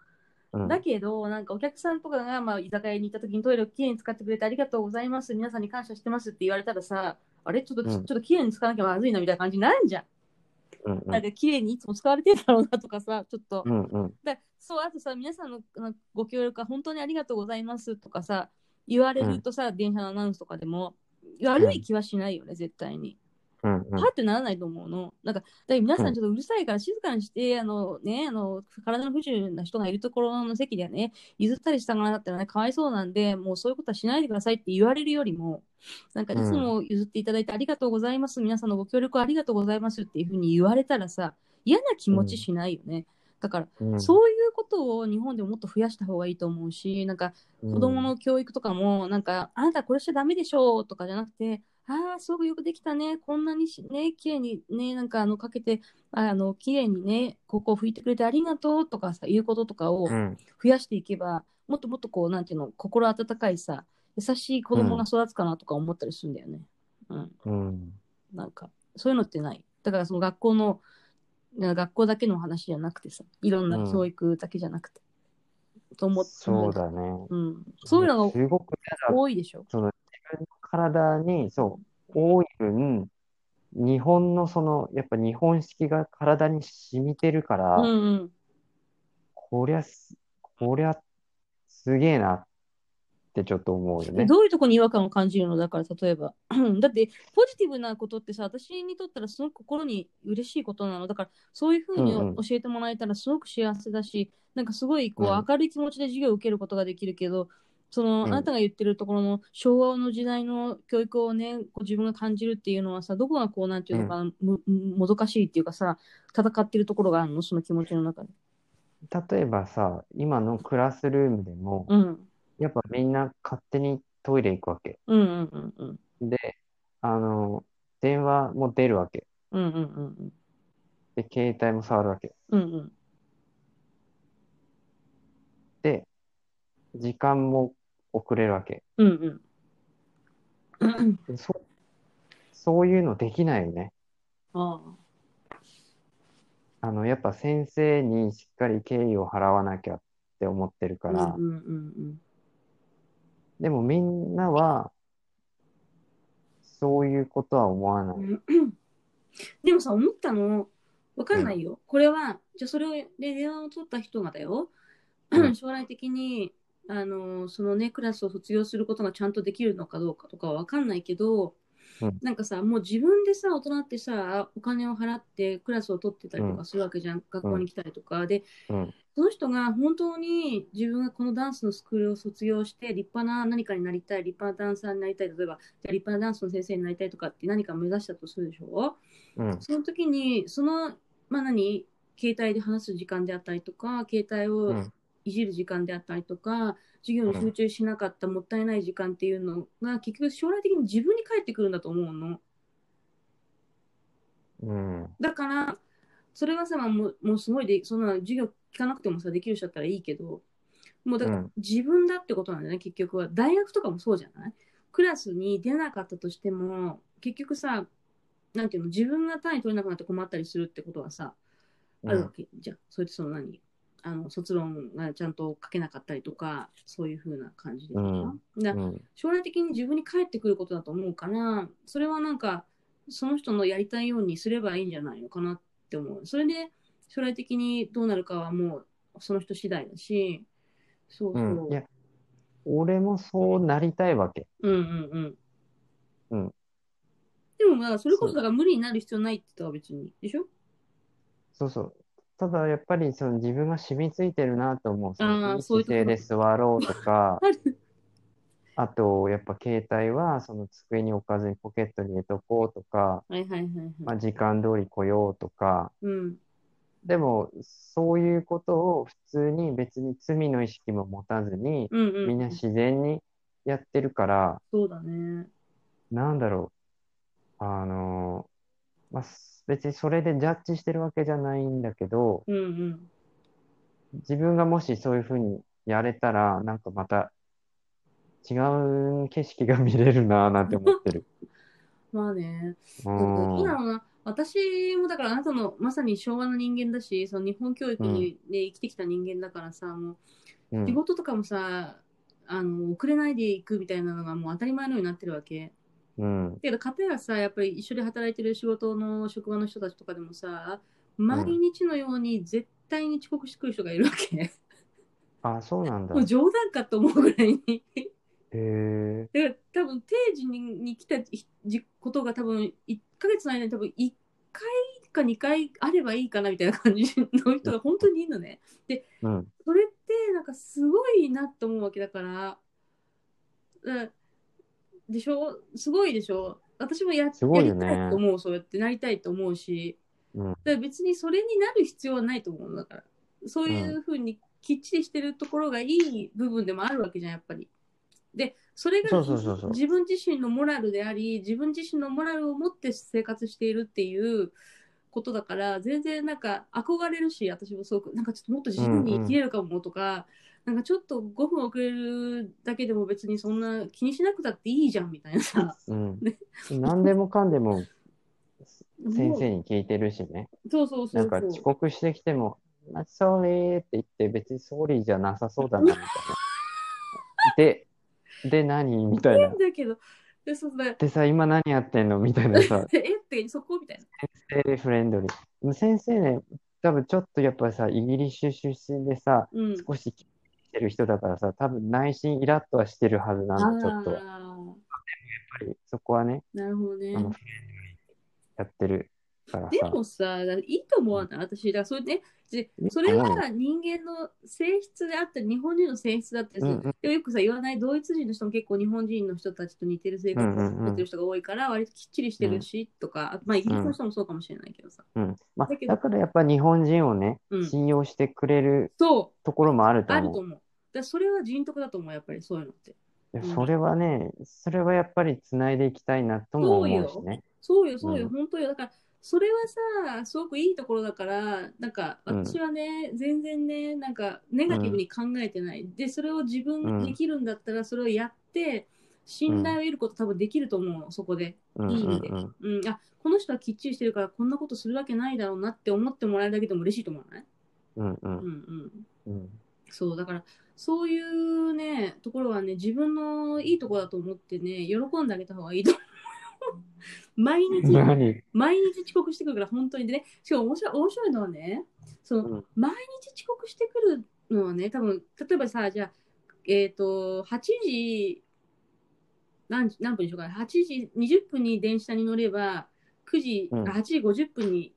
Speaker 2: うん。
Speaker 1: だけど、なんかお客さんとかが、まあ、居酒屋に行った時にトイレをきれいに使ってくれてありがとうございます、皆さんに感謝してますって言われたらさ、あれちょっと、
Speaker 2: うん
Speaker 1: ちょっときれいに使わなきゃまずいなみたいな感じになるじゃん。
Speaker 2: うんう
Speaker 1: だっ
Speaker 2: ん
Speaker 1: てきれいにいつも使われてんだろうなとかさ、ちょっと。
Speaker 2: うんうん。
Speaker 1: だそう、あとさ、皆さんののご協力は本当にありがとうございますとかさ、言われるとさ、電車のアナウンスとかでも、悪い気はしないよね、絶対に。
Speaker 2: うん
Speaker 1: パってならないと思うの。なんか、だから皆さんちょっとうるさいから静かにして、あのね、あの、体の不自由な人がいるところの席でね、譲ったりしたがらだったらね、かわいそうなんで、もうそういうことはしないでくださいって言われるよりも、なんかい
Speaker 2: うん
Speaker 1: つも譲っていただいてありがとうございます、皆さんのご協力ありがとうございますっていうふうに言われたらさ、嫌な気持ちしないよね。だから、
Speaker 2: うん。
Speaker 1: そういうことを日本でももっと増やした方がいいと思うし、なんか、
Speaker 2: うん、
Speaker 1: 子供の教育とかも、なんか、あなたこれしちゃダメでしょうとかじゃなくて、ああ、すごくよくできたね、こんなにしね、綺麗にね、なんかあの、かけて、あの、綺麗にね、ここを拭いてくれてありがとうとかさ、いうこととかを
Speaker 2: う
Speaker 1: 増
Speaker 2: ん。
Speaker 1: やしていけば、もっともっとこう、なんていうの、心温かいさ、優しい子供が育つかなとか思ったりするんだよね。うん、
Speaker 2: うん。
Speaker 1: なんか、そういうのってない。だからその学校の、な学校だけの話じゃなくてさ、いろんな教育だけじゃなくて、と思って。
Speaker 2: そうだね。
Speaker 1: うん。そういうのが
Speaker 2: すごく嫌だ
Speaker 1: 多いでしょ。
Speaker 2: その自分の体にそう多い分日本のそのやっぱ日本式が体に染みてるから、
Speaker 1: うんうん。
Speaker 2: こりゃすこりゃすげえなってちょっと思うよね。
Speaker 1: どういうとこに違和感を感じるのだから例えば だってポジティブなことってさ私にとったらすごく心に嬉しいことなのだからそういうふうに
Speaker 2: うんうん
Speaker 1: 教えてもらえたらすごく幸せだし、なんかすごいこ
Speaker 2: う
Speaker 1: うん明るい気持ちで授業を受けることができるけど、そのあ
Speaker 2: うん
Speaker 1: なたが言ってるところの昭和の時代の教育をねこう自分が感じるっていうのはさどこがこうなんていうのかな、ももどかしいっていうかさ戦ってるところがあるのその気持ちの中で。
Speaker 2: 例えばさ、今のクラスルームでも、
Speaker 1: うん。
Speaker 2: やっぱみんな勝手にトイレ行くわけ。
Speaker 1: うんうんうんうん。
Speaker 2: で、あの、電話も出るわけ。
Speaker 1: うんうんうん
Speaker 2: で、携帯も触るわけ。
Speaker 1: うん。うんうん。
Speaker 2: で、時間も遅れるわけ。
Speaker 1: うんうん。
Speaker 2: でそそういうのできないよね。
Speaker 1: あ
Speaker 2: あの、やっぱ先生にしっかり敬意を払わなきゃって思ってる
Speaker 1: あ。
Speaker 2: か
Speaker 1: うん
Speaker 2: ら
Speaker 1: う、んうん
Speaker 2: でもみんなは、そういうことは思わな
Speaker 1: う
Speaker 2: い。
Speaker 1: ん。でもさ、思ったの、わかんないよ。これは、じゃあそれを、で、電話を取った人がだよ。
Speaker 2: うん
Speaker 1: 将来的に、あの、そのね、クラスを卒業することがちゃんとできるのかどうかとかはわかんないけど、
Speaker 2: うん
Speaker 1: なんかさ、もう自分でさ、大人ってさ、お金を払ってクラスを取ってたりとかするわけじゃん。学校に来たりとか。で、
Speaker 2: うん。
Speaker 1: その人が本当に自分がこのダンスのスクールを卒業して立派な何かになりたい、立派なダンサーになりたい、例えばじゃあ立派なダンスの先生になりたいとかって何か目指したとするでしょ
Speaker 2: うん。
Speaker 1: その時に、その、まあ何、携帯で話す時間であったりとか、携帯
Speaker 2: う
Speaker 1: を
Speaker 2: ん。
Speaker 1: いじる時間であったりとか、授業に集中しなかった、もったいない時間っていうのが、結局将来的に自分に返ってくるんだと思うの。
Speaker 2: うん。
Speaker 1: だから、それはさ、もうもうすごいで、そんな授業聞かなくてもさ、できる人だったらいいけど、もうだから
Speaker 2: うん
Speaker 1: 自分だってことなんだよね、結局は。大学とかもそうじゃないクラスに出なかったとしても、結局さ、なんていうの、自分が単位取れなくなって困ったりするってことはさ、あるわけじゃん。それでその何あの卒論がちゃんと書けなかったりとか、そういうふうな感じでかな。だ
Speaker 2: うん。
Speaker 1: 将来的に自分に返ってくることだと思うからそれはなんかその人のやりたいようにすればいいんじゃないのかなって思うそれで将来的にどうなるかはもうその人次第だしそうそう、
Speaker 2: うん。いや、俺もそうなりたいわけ。
Speaker 1: うんうんう
Speaker 2: うんん
Speaker 1: でもまあそれこそ
Speaker 2: そう
Speaker 1: だから無理になる必要ないって言ったら別にでしょ
Speaker 2: そうそう。ただやっぱりその自分が染みついてるなと思う。そ
Speaker 1: あー
Speaker 2: のいい
Speaker 1: そういう
Speaker 2: 姿
Speaker 1: とこ
Speaker 2: 勢で座ろうとか、
Speaker 1: ある
Speaker 2: あとやっぱ携帯はその机に置かずにポケットに入れとこうとか、
Speaker 1: はいはいはいはい、
Speaker 2: まあ、時間通り来ようとか。
Speaker 1: うん
Speaker 2: でもそういうことを普通に別に罪の意識も持たずに、
Speaker 1: うんうん
Speaker 2: みんな自然にやってるから、
Speaker 1: そうだね
Speaker 2: なんだろう。あのーまあ、別にそれでジャッジしてるわけじゃないんだけど、
Speaker 1: うんうん
Speaker 2: 自分がもしそういうふうにやれたら、なんかまた違う景色が見れるなぁなんて思 ってる。
Speaker 1: まあね
Speaker 2: う
Speaker 1: どうだ
Speaker 2: ん。
Speaker 1: ろうな。私もだからあなたのまさに昭和の人間だし、その日本教育に、ね生きてきた人間だからさ、も
Speaker 2: う
Speaker 1: う仕
Speaker 2: ん。
Speaker 1: 事とかもさ、あの遅れないで行くみたいなのがもう当たり前のようになってるわけ。
Speaker 2: うん。
Speaker 1: けど、片やさ、やっぱり一緒で働いてる仕事の職場の人たちとかでもさ、毎日のように絶対に遅刻してくる人がいるわけ。
Speaker 2: あ、そうなん だ
Speaker 1: もう。冗談かと思うぐらいに。
Speaker 2: へえ。
Speaker 1: だから多分定時にに来たじじことが多分1ヶ月の間に多分1回か2回あればいいかなみたいな感じの人が本当にいるのね。
Speaker 2: うん。
Speaker 1: それってなんかすごいなと思うわけだから。うんでしょすごいでしょ私もや
Speaker 2: すごい
Speaker 1: や
Speaker 2: よ
Speaker 1: り
Speaker 2: ね
Speaker 1: たいと思う、そうやってなりたいと思うし。
Speaker 2: うん。
Speaker 1: だから別にそれになる必要はないと思うのだから。そういうふうにきっちりしてるところがいい部分でもあるわけじゃん、やっぱり。で、それが
Speaker 2: そうそうそうそう
Speaker 1: 自分自身のモラルであり、自分自身のモラルを持って生活しているっていうことだから、全然なんか憧れるし、私もすごく、なんかちょっともっと自由に生きれるかもとか、なんかちょっと5分遅れるだけでも別にそんな気にしなくたっていいじゃんみたいなさ。
Speaker 2: うん。 何でもかん でも先生
Speaker 1: も
Speaker 2: に聞いてるしね。
Speaker 1: うそうそうそう
Speaker 2: な
Speaker 1: そ
Speaker 2: ん
Speaker 1: う。
Speaker 2: か遅刻してきても、あ、ソーリーって言って別にソーリーじゃなさそうだな、 みたいな。で、で何みたいな。
Speaker 1: だけど、でそうだ
Speaker 2: でさ、今何やってんのみたいなさ。
Speaker 1: えってそこみたいな。
Speaker 2: 先生フレンドリー。先生ね、多分ちょっとやっぱりさ、イギリス出身でさ、
Speaker 1: うん。
Speaker 2: 少し来てる人だからさ、多分内心イラッとはしてるはずな
Speaker 1: あ
Speaker 2: の、ちょっと。やっ
Speaker 1: あ
Speaker 2: ぱりそこはね、
Speaker 1: ー、なるほどね
Speaker 2: あ。のやってる。から
Speaker 1: で
Speaker 2: さ。
Speaker 1: もさ、だいいと思わない私、だからそれね、で
Speaker 2: いいと思う
Speaker 1: それは人間の性質であったり、日本人の性質だったりする
Speaker 2: うんうん
Speaker 1: でもよくさ、言わないドイツ人の人も結構日本人の人たちと似てる性格を持ってる人が多いから、割ときっちりしてるし、とか、あとまあ、イギリスの人もそうかもしれないけどさ。
Speaker 2: うん。まあ
Speaker 1: だけ、ど
Speaker 2: だからやっぱ日本人をね
Speaker 1: うん、
Speaker 2: 信用してくれる
Speaker 1: そ
Speaker 2: ところもある
Speaker 1: う、
Speaker 2: と
Speaker 1: ある
Speaker 2: 思
Speaker 1: と。
Speaker 2: う
Speaker 1: 思う。だからそれは人徳だと思う、やっぱりそういうのって。
Speaker 2: いや
Speaker 1: うん
Speaker 2: それはね、それはやっぱりつないでいきたいなとも思うし
Speaker 1: そう
Speaker 2: ね。
Speaker 1: そうよ、そうよ、
Speaker 2: うん
Speaker 1: 本当よ。だから、それはさ、すごくいいところだから、なんか、
Speaker 2: うん
Speaker 1: 私はね、全然ね、なんか、ネガティブに考えてない。で、それを自
Speaker 2: うん
Speaker 1: 分できるんだったら、それをやって、信頼を得ること多分できると思うの、そこで。
Speaker 2: うん
Speaker 1: いい意味で
Speaker 2: うんうん
Speaker 1: うん、あ、この人はきっちりしてるから、こんなことするわけないだろうなって思ってもらえるだけでも嬉しいと思わない
Speaker 2: うんう
Speaker 1: うん
Speaker 2: ん
Speaker 1: うん。
Speaker 2: うん
Speaker 1: そう、だから、そういうね、ところはね、自分のいいところだと思ってね、喜んであげた方がいいと思う。 毎日、
Speaker 2: 何
Speaker 1: 毎日遅刻してくるから本当にでねしかも面白い面白いのはねその、
Speaker 2: うん
Speaker 1: 毎日遅刻してくるのはね多分例えばさじゃあえっ、と8時何何分にしようかな8時20分に電車に乗れば9時、
Speaker 2: うん
Speaker 1: あ8時50分に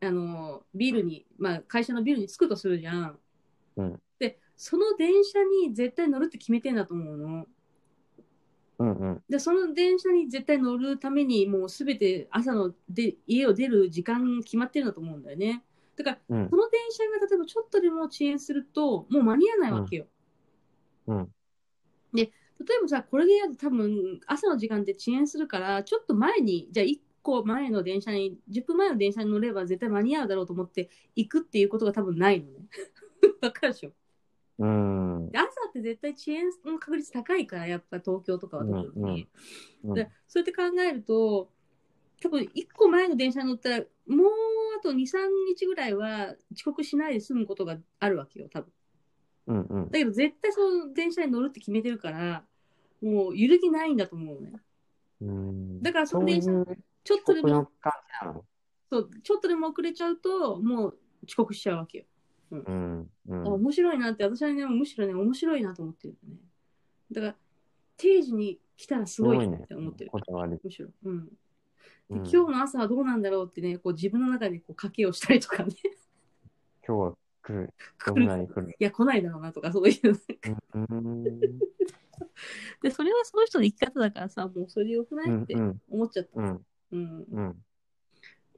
Speaker 1: あのビルに、まあ、会社のビルに着くとするじゃん。
Speaker 2: うん
Speaker 1: でその電車に絶対乗るって決めてんだと思うの。
Speaker 2: うんうん
Speaker 1: でその電車に絶対乗るためにもうすべて朝ので家を出る時間決まってるんだと思うんだよねだから
Speaker 2: うん
Speaker 1: その電車が例えばちょっとでも遅延するともう間に合わないわけよ、
Speaker 2: うんうん
Speaker 1: で例えばさこれで多分朝の時間で遅延するからちょっと前にじゃあ1個前の電車に10分前の電車に乗れば絶対間に合うだろうと思って行くっていうことが多分ないのね わかるでしょ
Speaker 2: うん
Speaker 1: で朝って絶対遅延の確率高いからやっぱ東京とかは特に、
Speaker 2: うんうんうん
Speaker 1: でそうやって考えると多分1個前の電車に乗ったらもうあと23日ぐらいは遅刻しないで済むことがあるわけよ多分
Speaker 2: うんうん
Speaker 1: だけど絶対その電車に乗るって決めてるからもう揺るぎないんだと思うのね
Speaker 2: うん
Speaker 1: だからその電車
Speaker 2: そういう
Speaker 1: ちょっと
Speaker 2: こ
Speaker 1: で
Speaker 2: この
Speaker 1: も
Speaker 2: 感じなの
Speaker 1: そうちょっとでも遅れちゃうともう遅刻しちゃうわけよ
Speaker 2: うんう
Speaker 1: だから
Speaker 2: ん
Speaker 1: 面白いなって私はねむしろね面白いなと思ってるのねだから定時に来たらす
Speaker 2: す
Speaker 1: ごい
Speaker 2: ごい
Speaker 1: な
Speaker 2: ね
Speaker 1: って思ってる、
Speaker 2: こだわり
Speaker 1: むしろうんで
Speaker 2: うん
Speaker 1: 今日の朝はどうなんだろうってね、こう自分の中でこう賭けをしたりとかね、
Speaker 2: 今日は来るど
Speaker 1: 来
Speaker 2: ん
Speaker 1: る
Speaker 2: なに来る
Speaker 1: いや、来ないだろうなとか、そういうなんか。
Speaker 2: うん
Speaker 1: で、それはその人の生き方だからさ、もうそれでよくな
Speaker 2: う
Speaker 1: いっ
Speaker 2: ん
Speaker 1: て
Speaker 2: うん
Speaker 1: 思っちゃった。
Speaker 2: うん
Speaker 1: うん、
Speaker 2: うん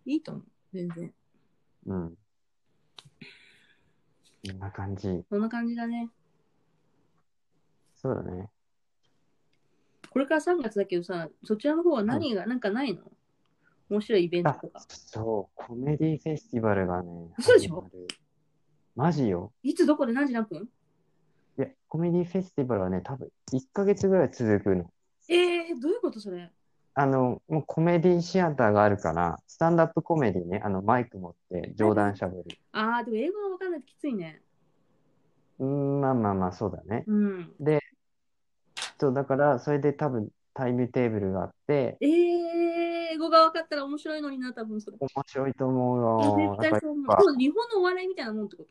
Speaker 1: いいと思う、全然。
Speaker 2: うんこんな感じ
Speaker 1: そんな感じだね。
Speaker 2: そうだね
Speaker 1: これから3月だけどさ、そちらの方は何が、なんかないの面白いイベント
Speaker 2: あ
Speaker 1: とか。
Speaker 2: そうコメディフェスティバルがね
Speaker 1: 嘘でしょ
Speaker 2: 始まるマジよ
Speaker 1: いつどこで何時何分
Speaker 2: いや、コメディフェスティバルはね、多分1ヶ月ぐらい続くの。
Speaker 1: えー、どういうことそれ
Speaker 2: あの、もうコメディシアターがあるから、スタンダップコメディね、あの、マイク持って冗談しゃべる。
Speaker 1: あー、でも英語が分かんないときついね。
Speaker 2: うーん、まあまあまあ、そうだね。
Speaker 1: うん。
Speaker 2: そう、だから、それで多分タイムテーブルがあって、
Speaker 1: えー、英語が分かったら面白いのにな、多分それ。
Speaker 2: 面白いと思うよ。
Speaker 1: 絶
Speaker 2: な
Speaker 1: 対
Speaker 2: んか
Speaker 1: そう思
Speaker 2: やっぱ
Speaker 1: う。そう日本のお笑いみたいなもんってこ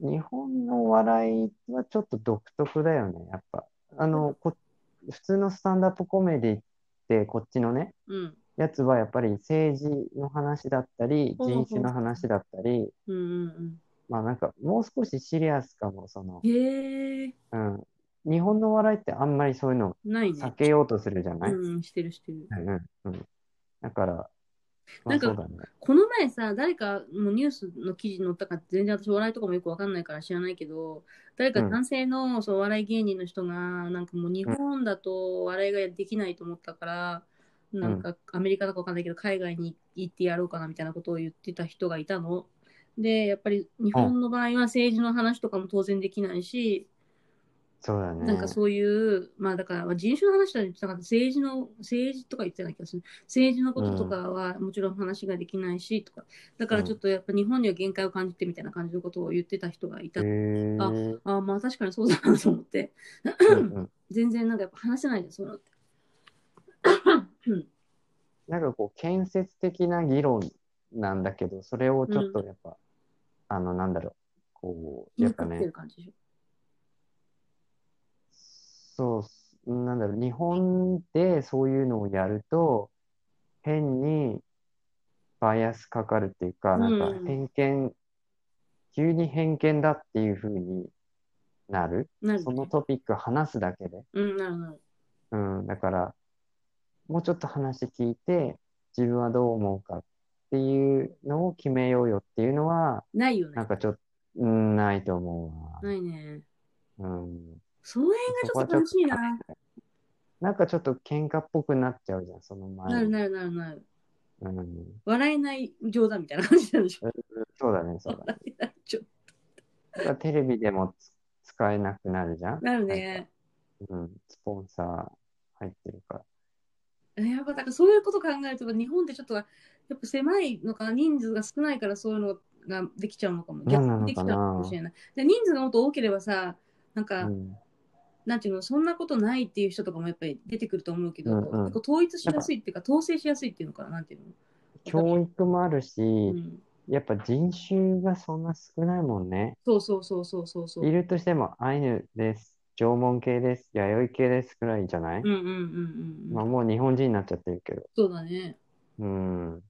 Speaker 1: と
Speaker 2: 日本の笑いはちょっと独特だよね、やっぱ。あの、こ、普通のスタンダップコメディって、こっちのね、
Speaker 1: うん。
Speaker 2: やつはやっぱり政治の話だったり、
Speaker 1: ほうほう
Speaker 2: 人種の話だったり、
Speaker 1: うんうん
Speaker 2: まあなんかもう少しシリアスかも、その
Speaker 1: うん。、へえー、
Speaker 2: うん。日本の笑いってあんまりそういうの
Speaker 1: ないね。
Speaker 2: 避けようとするじゃない、うん、
Speaker 1: うん、してるしてる。
Speaker 2: うん、うん。だから、
Speaker 1: な
Speaker 2: まあ
Speaker 1: んか
Speaker 2: そうだね。
Speaker 1: この前さ、誰かのニュースの記事に載ったか、全然私、お笑いとかもよくわかんないから知らないけど、誰か
Speaker 2: うん
Speaker 1: 男性のそのお笑い芸人の人が、なんかもう日本だとお笑いができないと思ったから、なんかアメリカとかわかんないけど、海外に行ってやろうかなみたいなことを言ってた人がいたの。で、やっぱり日本の場合は政治の話とかも当然できないし、
Speaker 2: そうだね。
Speaker 1: なんかそういう、まあだからまあ人種の話とは言ってなかった、政治の、政治とか言ってない気がする。政治のこととかはもちろん話ができないし、とか、だからちょっとやっぱ日本には限界を感じてみたいな感じのことを言ってた人がいた。
Speaker 2: へー
Speaker 1: あ
Speaker 2: うん
Speaker 1: ああ、まあ確かにそうだなと思って、
Speaker 2: うん
Speaker 1: 全然なんかやっぱ話せないじゃん、そういうのって。
Speaker 2: なんかこう、建設的な議論なんだけど、それをちょっとやっぱ、あの、なんだろう、こう、
Speaker 1: 気
Speaker 2: やっ
Speaker 1: に
Speaker 2: ぱ
Speaker 1: かけて
Speaker 2: ね
Speaker 1: る、感じでしょ。
Speaker 2: そう、なんだろう、日本でそういうのをやると、変にバイアスかかるっていうか、なんか
Speaker 1: うん
Speaker 2: 偏見、急に偏見だっていう風になる。
Speaker 1: なるほ
Speaker 2: その
Speaker 1: ど。
Speaker 2: トピック話すだけで。
Speaker 1: うん、なるほど。
Speaker 2: うん、だから、もうちょっと話聞いて、自分はどう思うかっていうのを決めようよっていうのは、
Speaker 1: ないよね
Speaker 2: なん。かちょっと、うん、ないと思う
Speaker 1: ないね。
Speaker 2: な。うん。
Speaker 1: その辺がちょっと楽しいな。
Speaker 2: なんかちょっと喧嘩っぽくなっちゃうじゃん、その前
Speaker 1: なる
Speaker 2: に。
Speaker 1: なるなるなる。
Speaker 2: うん、
Speaker 1: 笑えない冗談みたいな感じなんでしょ。
Speaker 2: そうだね、そうだね。
Speaker 1: ちょ
Speaker 2: だから テレビでもつ使えなくなるじゃん。
Speaker 1: なるね。
Speaker 2: うん、スポンサー入ってるから。
Speaker 1: やっぱだからそういうこと考えると日本ってちょっとやっぱ狭いのかな人数が少ないからそういうのができちゃうのかも
Speaker 2: そうな
Speaker 1: 逆に
Speaker 2: のかな
Speaker 1: できちゃうのかもしれないで人数がもっと多ければさなんか、
Speaker 2: うん、
Speaker 1: なんていうのそんなことないっていう人とかもやっぱり出てくると思うけど、
Speaker 2: うんうん
Speaker 1: 結構統一しやすいっていうか統制しやすいっていうのかななんていうの
Speaker 2: 教育もあるし、
Speaker 1: うん、
Speaker 2: やっぱ人種がそんな少ないもんね。
Speaker 1: そうそうそうそうそうそう
Speaker 2: いるとしても、アイヌです、縄文系です、弥生系ですくらいじゃない、
Speaker 1: うんうんうんうんうん、
Speaker 2: まあもう日本人になっちゃってるけど。
Speaker 1: そうだね
Speaker 2: うん。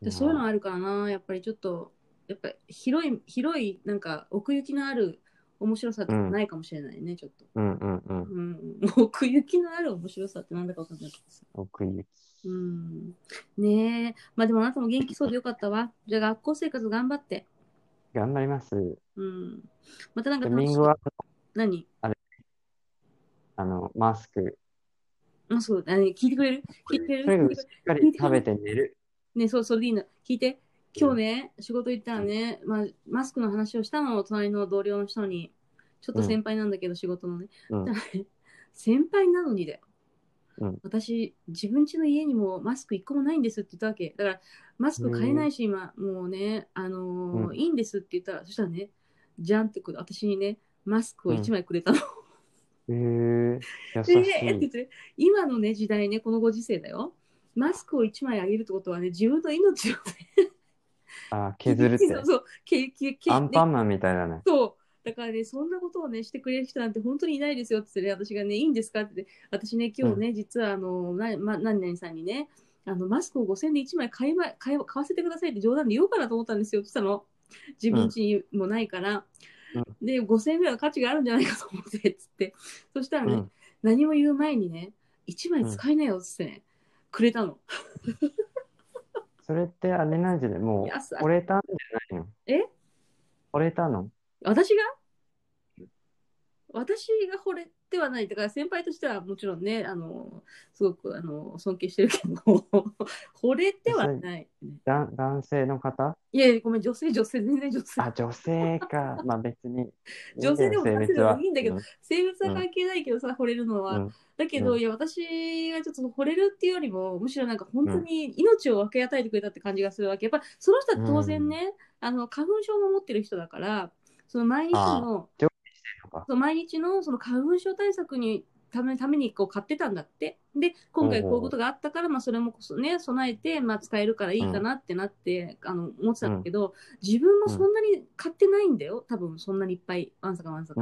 Speaker 1: でそういうの
Speaker 2: は、
Speaker 1: あるからなやっぱりちょっとやっぱり広い広いなんか奥行きのある面白さってないかもしれないね、ちょっと。
Speaker 2: うんうんうん。
Speaker 1: うん、奥行きのある面白さってなんだかわかんないけどさ。
Speaker 2: 奥行き。
Speaker 1: うん。ねえ。まあでもあなたも元気そうでよかったわ。じゃあ学校生活頑張って。
Speaker 2: 頑張ります。
Speaker 1: うん。またなんか
Speaker 2: フミン
Speaker 1: い
Speaker 2: グ。は、
Speaker 1: 何
Speaker 2: あの、マスク。
Speaker 1: あ、そうだね。聞いてくれる聞いてくれ
Speaker 2: とに
Speaker 1: る
Speaker 2: かくしっかり食べて 寝る。
Speaker 1: ねそう、それでいいの。聞いて。今日ね、仕事行ったらね、まあ、マスクの話をしたの、隣の同僚の人に。ちょっと先輩なんだけど、仕事のね。
Speaker 2: うん
Speaker 1: だからね 先輩なのにだよ。
Speaker 2: うん
Speaker 1: 私、自分家の家にもマスク一個もないんですって言ったわけ。だから、マスク買えないし、今、もうね、あのー
Speaker 2: うん
Speaker 1: いいんですって言ったら、そしたらね、じゃんってこう私にね、マスクを1枚くれ たの。
Speaker 2: へえ優し
Speaker 1: え
Speaker 2: い。
Speaker 1: え って言って、今のね、時代ね、このご時世だよ。マスクを1枚あげるってことはね、自分の命をね、
Speaker 2: あ、削るっ
Speaker 1: そう
Speaker 2: て。
Speaker 1: そう、けけけ
Speaker 2: アンパンマンみたいだね。
Speaker 1: そう。だからね、そんなことをね、してくれる人なんて本当にいないですよって言ってね、私がね、いいんですかって言って、私ね、今日ね、実はあの、な、ま、何々さんにね、あの、マスクを5000円で1枚買いま、買い、買わせてくださいって冗談で言おうかなと思ったんですよって言ったの。自分家にもないから。で、5000円ぐらいの価値があるんじゃないかと思って、つって。そしたら
Speaker 2: う
Speaker 1: ね、
Speaker 2: ん。
Speaker 1: 何も言う前にね、1枚使いなよっつってね、くれたの。
Speaker 2: それってあれなんじゃないも
Speaker 1: いやさ
Speaker 2: う、折れたんじゃないの
Speaker 1: え
Speaker 2: 折れたの
Speaker 1: 私が私が惚れてはない。だから先輩としてはもちろんね、あの、すごくあの尊敬してるけど、 惚れてはない。
Speaker 2: だ男性の方
Speaker 1: いやいや、ごめん、女性、女性、全然女 性。
Speaker 2: あ、女性か。まあ別に。
Speaker 1: 女性でも
Speaker 2: いいんだよ
Speaker 1: 男性
Speaker 2: 性別
Speaker 1: でも
Speaker 2: は。
Speaker 1: いいんだけど
Speaker 2: う
Speaker 1: 性別は関係ないけどさ、惚れるのは。
Speaker 2: うん
Speaker 1: だけど、
Speaker 2: うん
Speaker 1: いや、私がちょっと惚れるっていうよりも、むしろなんか本当に命を分け与えてくれたって感じがするわけ。やっぱその人は当然ね、あの、花粉症も持ってる人だから、その毎日の、
Speaker 2: 料理してるのか。
Speaker 1: そう毎日のその花粉症対策にためためにこう買ってたんだってで今回こういうことがあったから、まあ、それもこそ、ね、備えて、まあ、使えるからいいかなってなって、あの思ってたんだけど、自分もそんなに買ってないんだよ多分そんなにいっぱいわんさかわんさか、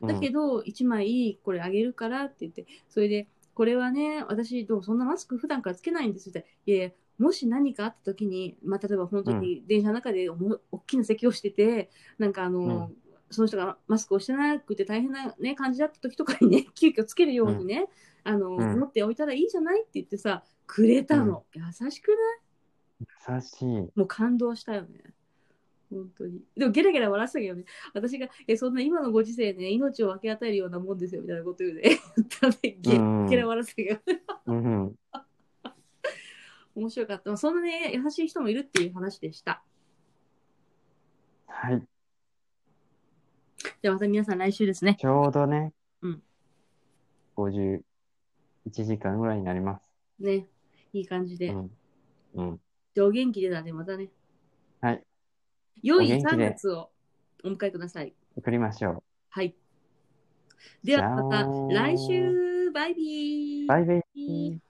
Speaker 2: うん
Speaker 1: だけど1枚これあげるからって言ってそれでこれはね私どうそんなマスク普段からつけないんですって言ったらいやいやもし何かあった時に、まあ、例えば本当に電車の中でおも大きな咳をしててなんかあの、
Speaker 2: うん
Speaker 1: その人がマスクをしてなくて大変な、ね、感じだった時とかにね、 急遽つけるようにね、あの、
Speaker 2: うん
Speaker 1: 持っておいたらいいじゃないって言ってさ、くれたの。優しくない
Speaker 2: うん優しい。
Speaker 1: もう感動したよね。本当に。でもゲラゲラ笑ってたけどね、私が、え、そんな今のご時世ね、命を分け与えるようなもんですよ、みたいなこと言うね。 言ったらねゲラ
Speaker 2: うん
Speaker 1: ゲラ笑ってたけど、
Speaker 2: うんうん。
Speaker 1: 面白かった。まあそんなね、優しい人もいるっていう話でした。
Speaker 2: はい。
Speaker 1: じゃあまた皆さん来週ですね。
Speaker 2: ちょうどね
Speaker 1: うん、
Speaker 2: 51時間ぐらいになります。
Speaker 1: ね、いい感じ
Speaker 2: う
Speaker 1: で。
Speaker 2: ん。うん。
Speaker 1: じゃあお元気でだね、またね。
Speaker 2: はい。
Speaker 1: 良い
Speaker 2: お元気
Speaker 1: 3
Speaker 2: で
Speaker 1: 月をお迎えください。
Speaker 2: 送りましょ
Speaker 1: はい。ではまた
Speaker 2: じゃあ
Speaker 1: 来週バイビー
Speaker 2: う。バイバイ。